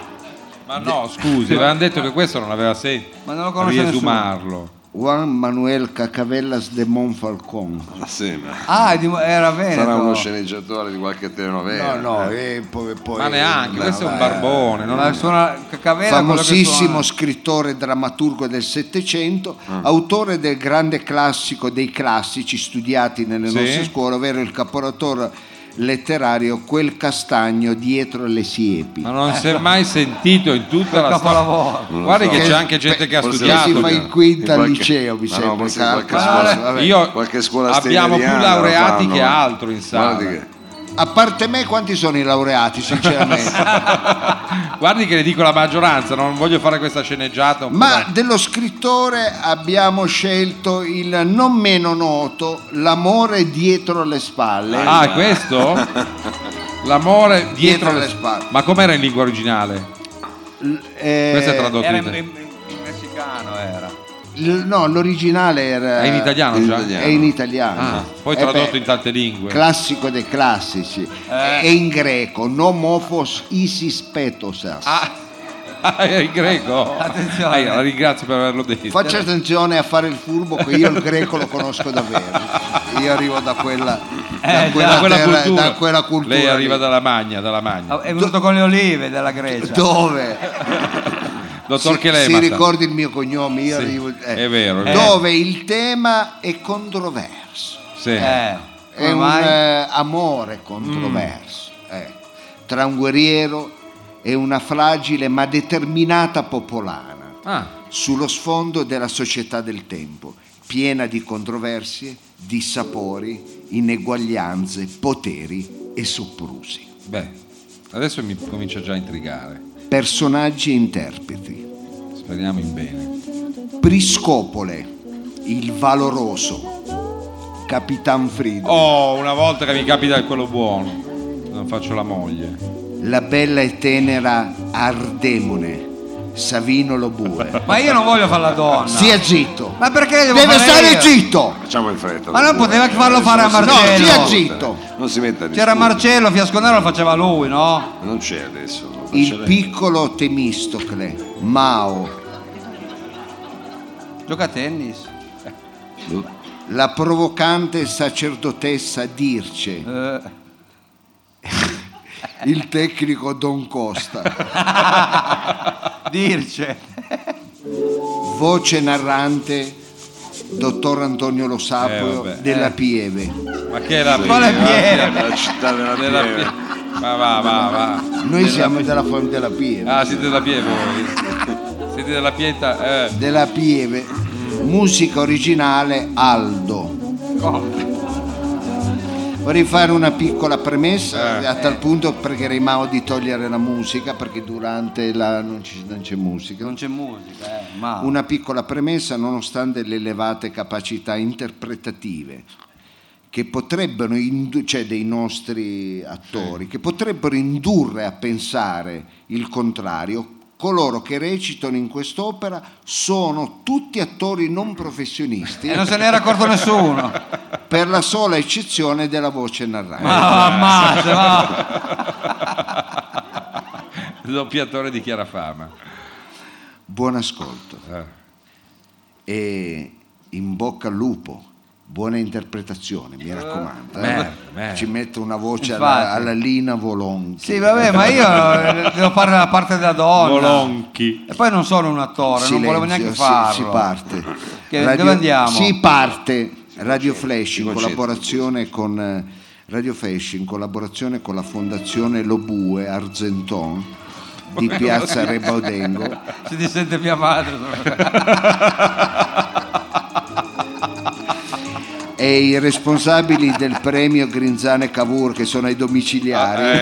Ma no, scusi, avevano detto che questo non aveva senso. Ma non lo conosce Riesumarlo. Juan Manuel Cacavellas de Monfalcon. Ma sì, ma ah, è di- era eh, Veneto. sarà uno sceneggiatore di qualche telenovela. e poi, poi- Ma neanche, eh, no, questo è un eh, barbone. Non Ma suona Cacavera Famosissimo quello che scrittore e drammaturgo del Settecento, autore del grande classico dei classici studiati nelle Sì. nostre scuole, ovvero il caporatore letterario Quel castagno dietro le siepi. Ma non si è mai sentito in tutta la Quel storia. capolavoro. Non lo Guarda so. che c'è Che- anche gente che ha forse studiato. si fa che- in quinta in qualche- al liceo, mi Ma no, sembra. forse in Carlo. qualche scuola, Ma- vabbè, Ah, Io- qualche scuola abbiamo più steneriana lo laureati fanno, che ma- altro in sala. Guardi che- A parte me, quanti sono i laureati, sinceramente? Guardi che ne dico la maggioranza, non voglio fare questa sceneggiata. un po' Ma da- dello scrittore abbiamo scelto il non meno noto L'amore dietro le spalle. Ah, è questo? L'amore dietro, Dietro le le spalle. Ma com'era in lingua originale? L- eh, Questo è tradotto suona- Era in in, italiano. in- in messicano era. Ah, l- no, l'originale era È in italiano in già? italiano. È in italiano. Ah, poi Eh tradotto beh, in tante lingue. Eh. Classico dei classici. E in greco, nomofos isis petosas. ah, ah, era in greco. Attenzione. Ah, io la ringrazio per averlo detto. Faccia attenzione a fare il furbo che io il greco lo conosco davvero. Io arrivo da quella, da Eh, quella da quella terra- cultura. da quella cultura Lei lì. arriva dalla Magna, dalla Magna. Ah, È venuto con le olive dalla Grecia. Dove? Cioè, Dottor si, si Chelema. ricordi il mio cognome? Io Sì, arrivo, eh. è vero, è vero. Dove il tema è controverso. Sì. Eh, È come un mai? Mm. eh, amore controverso eh, tra un guerriero e una fragile ma determinata popolana Ah, sullo sfondo della società del tempo, piena di controversie, dissapori, ineguaglianze, poteri e soprusi. beh, adesso mi comincia già a intrigare. Personaggi e interpreti. Speriamo in bene. Priscopole, il valoroso, Capitan Frido, Oh, una volta che mi capita quello buono, non faccio la moglie. la bella e tenera Ardemone, Savino Lobue. Ma io non voglio fare la donna. Stia zitto! Ma perché devo Deve fare stare io? zitto! Facciamo in fretta. eh, Ma non poteva farlo fare a Marcello? si No, stia discutere. zitto. Non si metta a C'era discutere. Marcello, Fiasconaro lo faceva lui, no? Non c'è adesso. non c'è Il lei. piccolo Temistocle, Mao, Gioca a tennis. la provocante sacerdotessa Dirce, Eh, il tecnico Don Costa, dirce. voce narrante dottor Antonio Lo Sapio Eh, vabbè. della Pieve. Ma che era Quale piede? La città della Della pieve. pie- Va, va, va, va. Noi siamo della famiglia della Pieve. Ah, siete della pieve voi. Siete della pieta. Eh. della Pieve, musica originale Aldo. Oh. Vorrei fare una piccola premessa, Eh. a tal punto pregherei Mao di togliere la musica perché durante la non, ci- non c'è musica. Non c'è musica, eh. Ma Una piccola premessa nonostante le elevate capacità interpretative che potrebbero, indu- cioè dei nostri attori, che potrebbero indurre a pensare il contrario, coloro che recitano in quest'opera sono tutti attori non professionisti, E non se n'era accorto nessuno. per la sola eccezione della voce narrata. Ma ammazza, ma. Doppiatore di Chiara Fama. Buon ascolto Eh. e in bocca al lupo. Buona interpretazione, mi raccomando. eh. Merda, merda. Ci metto una voce Infatti. alla, alla Lina Volonchi. Sì, vabbè, ma io eh, devo fare la parte della donna. Molonchi. E poi non sono un attore, non volevo neanche farlo. Si, si parte. Che- dove andiamo? Si parte Radio Flash in concentri, collaborazione con eh, Radio Flash in collaborazione con la Fondazione Lobue Argenton di Piazza Rebaudengo Si dissente mia madre. e i responsabili del premio Grinzane Cavour che sono ai domiciliari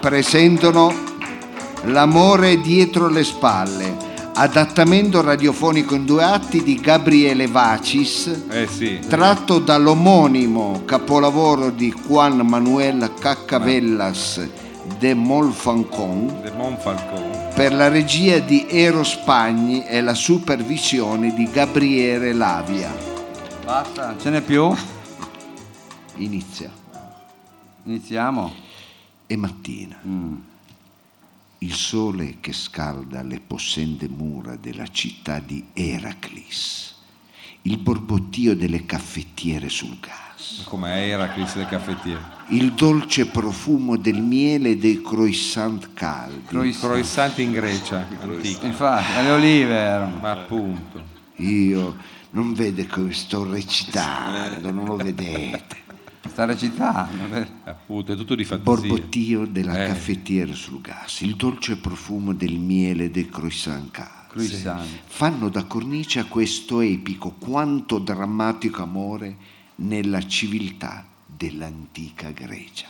presentano L'amore dietro le spalle, adattamento radiofonico in due atti di Gabriele Vacis, Eh sì. tratto dall'omonimo capolavoro di Juan Manuel Caccavellas de Molfancon De Monfalcone. per la regia di Ero Spagni e la supervisione di Gabriele Lavia. Basta, non ce n'è più? Inizia. Iniziamo. È mattina. Il sole che scalda le possende mura della città di Eraclis. Il borbottio delle caffettiere sul gas. Come Eraclis del caffettiere. Il dolce profumo del miele e dei croissant caldi. I croissanti in Grecia, antichi. Infatti, alle olive erano. Ma appunto. Io non vede come sto recitando, non lo vedete. Sta recitando. Appunto, è tutto di fantasia. Borbottio della Eh. caffettiera sul gas. Il dolce profumo del miele e dei croissant caldi. Cruissante. fanno da cornice a questo epico quanto drammatico amore nella civiltà dell'antica Grecia.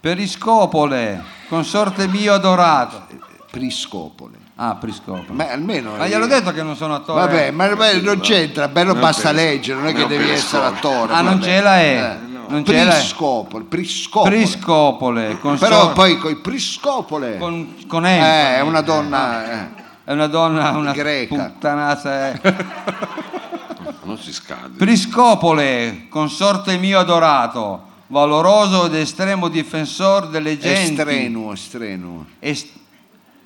Periscopole, consorte mio adorato. Priscopole. Ah, Periscopole. Ma almeno. Ma gliel'ho detto che non sono attore. Vabbè, ma vabbè, non c'entra, bello basta Periscopole. leggere, non è che Non devi essere Periscopole. attore. Ah, non vabbè. ce la è. Eh, Non ce la è. Priscopole, Priscopole. Periscopole, consor- Però poi con Priscopole. con, con Eh, enfasi. è una donna. eh. È una donna, una Greca. puttanazza. eh. Non si scade. Priscopole, consorte mio adorato, valoroso ed estremo difensor delle È genti. strenuo, è strenuo. Est-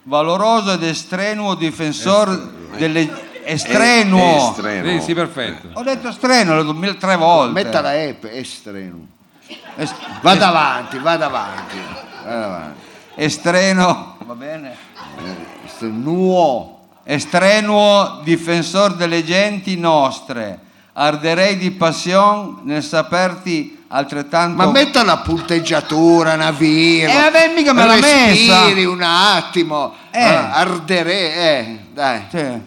valoroso ed estrenuo difensor delle... Estrenuo. È estrenuo. Sì, sì, perfetto. Ho detto strenuo le due- tre volte. Metta la E, è strenuo. Est- Vada avanti, vada avanti. Vada avanti. Estreno, va bene. Nuo. Estrenuo difensor delle genti nostre. Arderei di passione nel saperti altrettanto. Ma metta una punteggiatura, una virgola. Eh, vabbè, mica me l'ha messa. Respiri un attimo. Eh. Arderei, eh, dai. Cioè,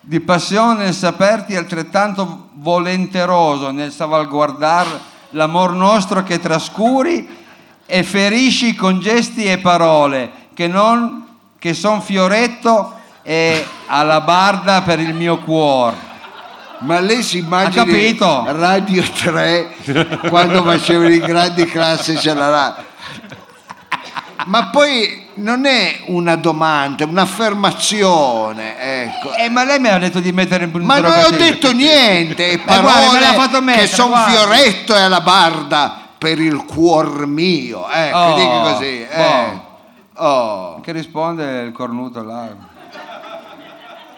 di passione nel saperti altrettanto volenteroso nel salvaguardar l'amor nostro che trascuri e ferisci con gesti e parole che non che son fioretto e alabarda per il mio cuore. Ma lei si immagina Ha capito. Radio 3 quando facevano i grandi classici alla radio. Ma poi non è una domanda, è un'affermazione, ecco. Eh, ma lei mi ha detto di mettere in punto Ma non ho detto niente, e parole guarda, me l'ha fatto mettere, che sono guarda. fioretto e alabarda per il cuor mio. Ecco, Oh, dica così. eh. Oh. Che risponde il cornuto là.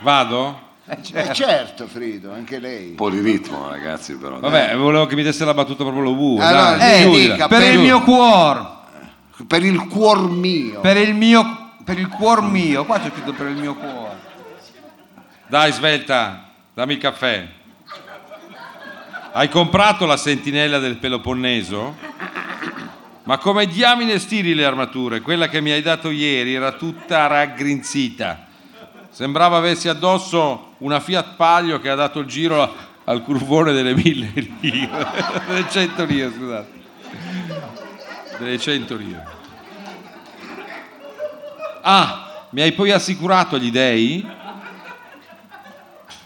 Vado? Eh, certo, Frido, anche lei. Un po' di ritmo, ragazzi, però. dai. Vabbè, volevo che mi desse la battuta proprio lo V. Allora, dai, Eh, chiudila. dica, per il Giulia. mio cuore, Per il cuor mio. per il mio per il cuor mio. Qua c'è scritto per il mio cuore. Dai, svelta, dammi il caffè. Hai comprato la sentinella del Peloponneso? Ma come diamine stiri le armature? Quella che mi hai dato ieri era tutta raggrinzita. Sembrava avessi addosso una Fiat Palio che ha dato il giro al curvone delle mille lire. delle cento lire, scusate. Delle cento lire. Ah, mi hai poi assicurato agli dei?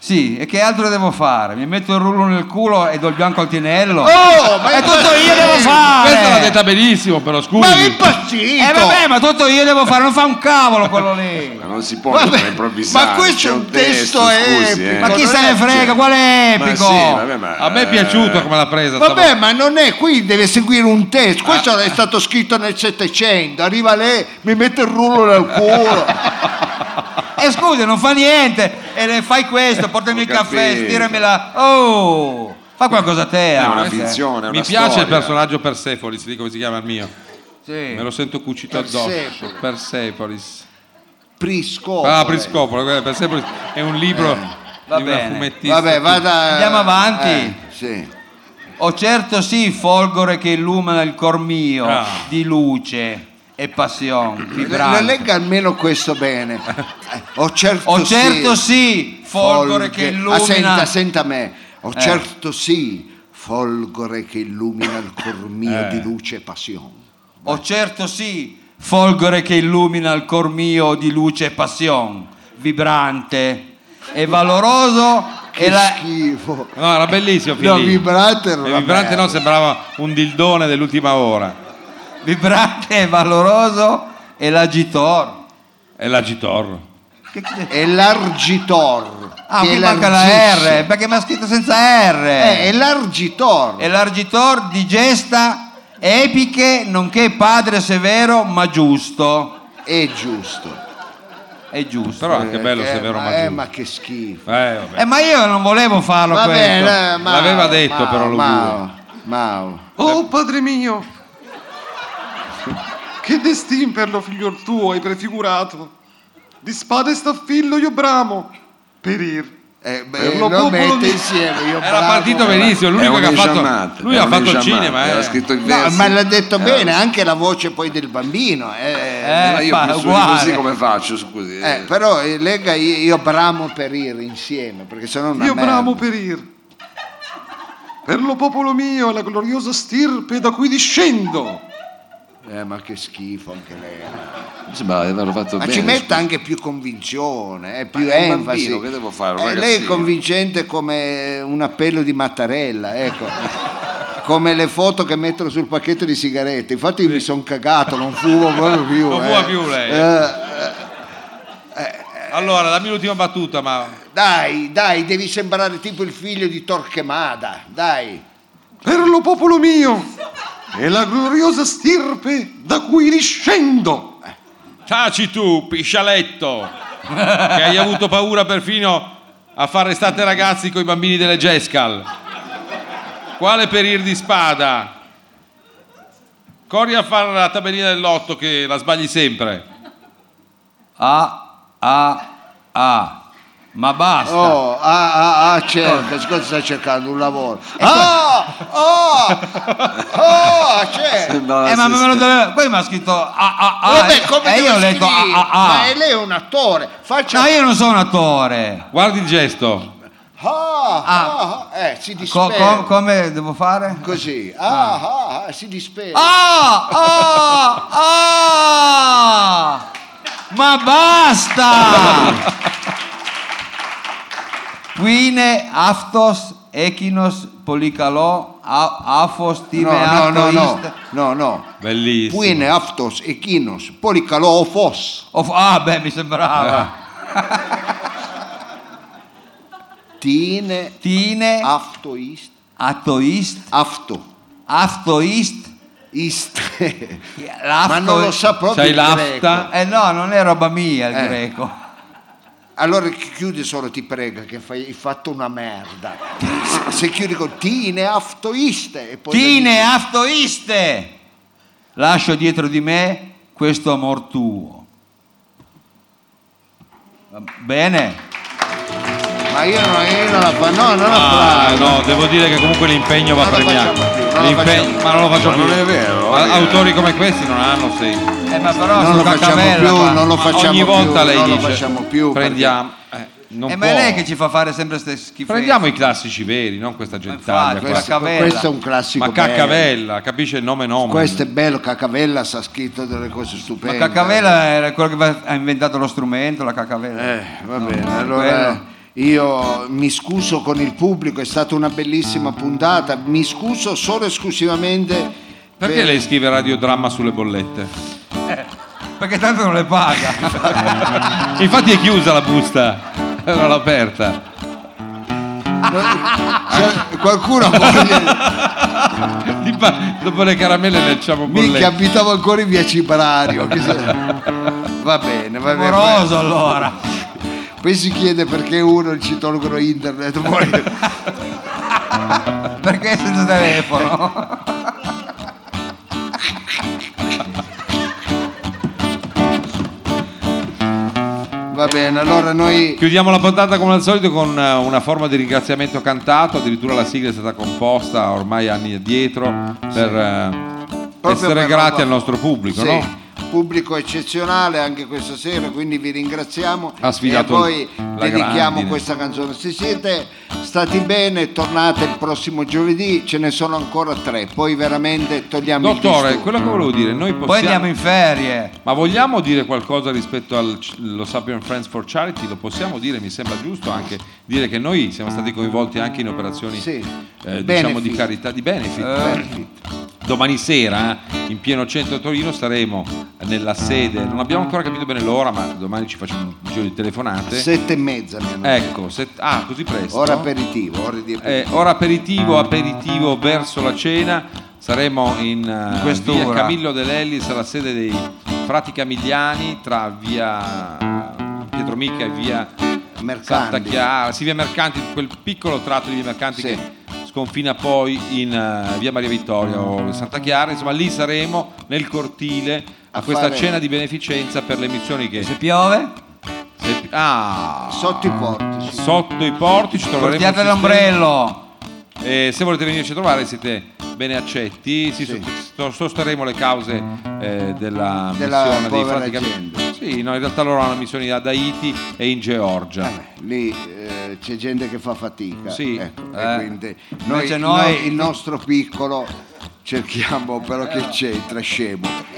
Sì, e che altro devo fare? Mi metto il rullo nel culo e do il bianco al tinello. Oh, ma è tutto io devo Questa l'ha fare. detta benissimo, però scusi. Ma è impazzito! Eh vabbè, ma tutto io devo fare, non fa un cavolo quello lì. Ma non si può Vabbè, improvvisare. ma questo c'è è un testo scusi, epico. eh. Ma chi se ne frega, qual è Ma epico? sì, vabbè, ma- A me è piaciuto come l'ha presa. Vabbè, stavolta. ma non è qui, deve seguire un testo. Questo è stato scritto nel Settecento. Arriva lei, mi mette il rullo nel culo. E scusa, Eh, non fa niente. E le fai questo, portami Ho il caffè, capito. stiramela. Oh, fa qualcosa a te. È Alex, una eh. finzione, è Mi una piace storia. il personaggio Persepolis, lì come si chiama il mio. Sì. Me lo sento cucito addosso. Persepolis. Oh, Persepolis. Prisco. Ah, Priscopolo, guarda, Persepolis è un libro di una bene. fumettista. Eh, Vabbè, vada. Andiamo avanti. Eh, sì. Oh certo sì, folgore che illumina il cor mio Ah. di luce e passione, Le vibrante. legga almeno questo bene. Eh, Ho certo Oh certo sì, folgore folge- che Ah, senta, illumina... Eh. senta me. Ho Eh. certo sì, folgore che illumina il cor mio di luce e passione. O certo sì, folgore che illumina il cor mio di luce e passion, vibrante e valoroso e Che la... schifo. No, era bellissimo. No, Fili. vibrante era E una vibrante merda. no, sembrava un dildone dell'ultima ora. vibrante e valoroso e l'agitor. E l'agitor. Che cos'è? È l'argitor. Ah, che qui manca la largisse. R, eh, perché mi ha scritto senza R. Eh, è l'argitor. e l'argitor di gesta epiche, nonché padre severo ma giusto. È giusto. È giusto. Però anche bello Eh, se è vero ma- ma eh, giusto. ma che schifo. Eh, vabbè. Eh, ma io non volevo farlo Va questo. bene, eh, Mao, L'aveva detto, però, lo Mao, Mao. Oh padre mio, che destin per lo figliol tuo hai prefigurato. Di spada e staffillo io bramo, per ir. Eh, beh, Per lo lo, popolo mette di- insieme. Io Era bravo, partito bravo. benissimo, l'unico che ha fatto, lui ha fatto il cinema. Era eh. scritto in No, versi. ma l'ha detto Era- bene, anche la voce poi del bambino. eh. Eh, Ma io fa- più su di uguale. così come faccio, scusi. Eh, però eh, lega io, io bramo per ir insieme, perché sennò non Io bramo per ir. Per lo popolo mio, la gloriosa stirpe da cui discendo. Eh, ma che schifo anche lei. Sì, ma avevano fatto Ma bene, ci metta scusi. anche più convinzione, eh, più è un enfasi. bambino, che devo fare, un Eh, lei è ragazzino. convincente come un appello di Mattarella, ecco. come le foto che mettono sul pacchetto di sigarette. Infatti io mi sono cagato, non fumo proprio più. Non eh. fuma più lei. Eh, Allora, dammi l'ultima battuta, ma dai, dai, devi sembrare tipo il figlio di Torquemada, dai. Per lo popolo mio e la gloriosa stirpe da cui discendo. Taci tu, piscialetto, che hai avuto paura perfino a far restate ragazzi coi bambini delle Gescal. Quale perir di spada? Corri a fare la tabellina del lotto che la sbagli sempre. A, A, A. Ma basta. Oh, ah, ah, ah, cerca, scusa, sta cercando un lavoro. Ah, ah, oh, cerca. No, Eh, ma sì, me lo sì. doveva- Poi mi ha scritto A, A, A. Vabbè, come e devo Ah, eh, io ah, ho letto A, scrivere? A, A. Ma è lei è un attore, faccia No, io non sono un attore. Guardi il gesto. Ah, Ah. ah, ah, eh, si Co- dispera. co- come devo fare? Così, ah, ah, ah, si dispera. Ah, ah, ah! Ma basta! Quine, aftos, echinos, policalò, a- afos, time, no, no, no, no, aftoist. no, no. Bellissimo. Puine, aftos, echinos, policalò, fos. Of- ah, beh, mi Eh. sembrava. Tine, Tine, aftoist, atoist, afto, aftoist. ist. l'afto- Ma non lo sa proprio Sai il l'afta? greco. Eh no, non è roba mia il Eh. greco. Allora chi- chiudi solo, ti prega, che fai, hai fatto una merda. Se- Se chiudi con tine, aftoiste. E poi Tine, aftoiste! Lascio dietro di me questo amor tuo. Va Bene. Ma io non, io non la fa, no, non la fa. Ah, no, devo dire che comunque l'impegno va Non lo premiato. facciamo più, non lo L'impegno- facciamo. ma non lo faccio Ma più. non è vero, Ma eh. autori come questi non hanno senso. Eh, ma però Non sono lo facciamo cacavella più, qua. non lo Ma facciamo ogni più, volta lei non lo dice, facciamo più. Prendiamo. eh, non Eh, ma è può. lei che ci fa fare sempre queste schifezze. Prendiamo i classici veri, non questa gentaglia. infatti, qua. questa Questo, Cacavella. questo è un classico. Ma bello. Caccavella, capisce il nome nome. Questo è bello, Cacavella sa scritto delle cose Ma stupende. Cacavella era quello che va- ha inventato lo strumento, la Cacavella. Eh, va bene, No, allora io mi scuso con il pubblico, è stata una bellissima puntata, mi scuso solo e esclusivamente Perché per- lei scrive radiodramma sulle bollette? Perché tanto non le paga. Infatti è chiusa la busta, non l'ho aperta. Cioè, qualcuno voglia... Di pa- Dopo le caramelle le diciamo Minchia, bollette. abitavo ancora in via Cibrario. chi se- Va bene, va bene. Amoroso allora. Poi si chiede perché uno ci tolgono internet. poi- Perché senza telefono? Va bene, allora noi... Chiudiamo la puntata come al solito con eh, una forma di ringraziamento cantato, addirittura la sigla è stata composta ormai anni addietro per eh, Ah, Proprio essere per grati roba- al nostro pubblico, Sì, no? Pubblico eccezionale anche questa sera, quindi vi ringraziamo Ha sfidato e poi la dedichiamo grandine. questa canzone. Se siete stati bene, tornate il prossimo giovedì, ce ne sono ancora tre, poi veramente togliamo il Dottore, disturbo. quello che volevo dire, noi Poi andiamo possiamo... in ferie. Ma vogliamo dire qualcosa rispetto al c- lo Sappian Friends for Charity? Lo possiamo dire, mi sembra giusto anche dire che noi siamo stati coinvolti anche in operazioni Sì. eh, diciamo Benefit. Eh. di carità, di benefit. Benefit. Domani sera eh, in pieno centro a Torino saremo nella sede, non abbiamo ancora capito bene l'ora, ma domani ci facciamo un giro di telefonate. Sette e mezza, mi hanno detto. Ecco, se- ah, così presto. ora aperitivo, ora di aperitivo. Eh, ora aperitivo, aperitivo verso la cena. Saremo in, eh, In quest'ora. via Camillo De Lellis alla sede dei Frati Camigliani tra via eh, Pietro Mica e via Mercanti. Santa Chiara, sì, via Mercanti, quel piccolo tratto di via Mercanti Sì. che sconfina poi in eh, via Maria Vittoria o Santa Chiara. Insomma, lì saremo nel cortile a, A questa fare- cena di beneficenza per le missioni che. Se piove, se- ah, Sotto i portici. sotto i portici troveremo. il portiate sistema- l'ombrello. e Eh, se volete venirci a trovare siete bene accetti, si Sì. sost- sosterremo le cause eh, della, Della missione dei povera Frati Cam- gente. Sì, no, in realtà loro hanno missioni ad Haiti e in Georgia. Eh, Lì eh, c'è gente che fa fatica, Sì, ecco, eh. e quindi Invece noi, noi- noi il nostro piccolo cerchiamo però che Eh. c'entra scemo.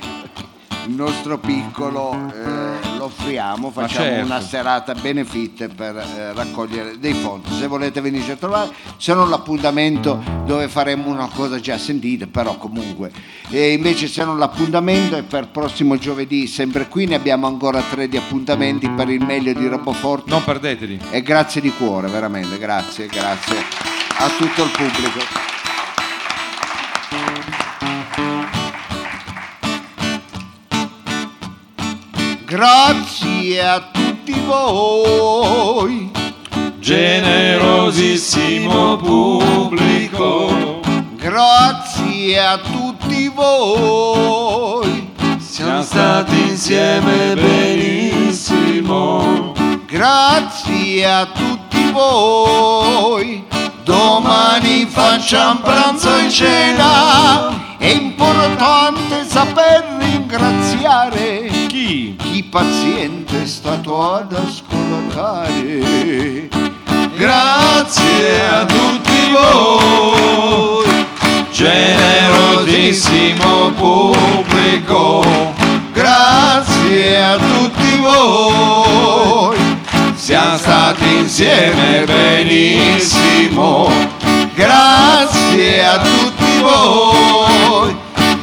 Il nostro piccolo eh, lo offriamo, facciamo certo. una serata benefit per eh, raccogliere dei fondi. Se volete venirci a trovare, se non l'appuntamento dove faremo una cosa già sentita, però comunque. E invece se non l'appuntamento è per prossimo giovedì, sempre qui ne abbiamo ancora tre di appuntamenti per il meglio di Roboforte Non perdeteli. e grazie di cuore, veramente, grazie, grazie a tutto il pubblico. Grazie a tutti voi, Generosissimo pubblico, grazie a tutti voi, Siamo stati insieme benissimo. grazie a tutti voi. Domani facciamo pranzo e cena, è importante saper ringraziare. chi? chi paziente è stato ad ascoltare. Grazie a tutti voi, Generosissimo pubblico, grazie a tutti voi, siamo stati insieme benissimo. grazie a tutti voi.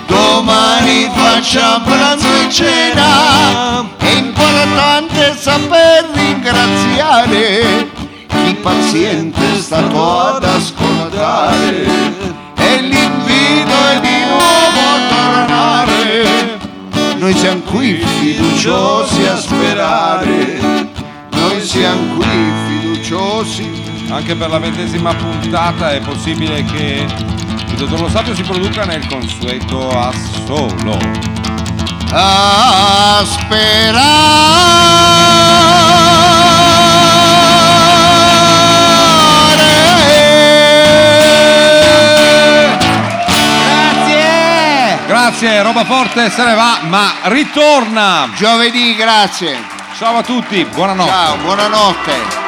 Domani facciamo pranzo e cena, è importante saper ringraziare chi paziente è stato ad ascoltare e l'invito è di nuovo tornare. Noi siamo qui fiduciosi a sperare, noi siamo qui fiduciosi. Anche per la ventesima puntata è possibile che il dottor Lo Sapio si produca nel consueto assolo. a sperare. Grazie! Grazie, roba forte se ne va, ma ritorna! Giovedì, grazie. Ciao a tutti, buonanotte! Ciao, buonanotte.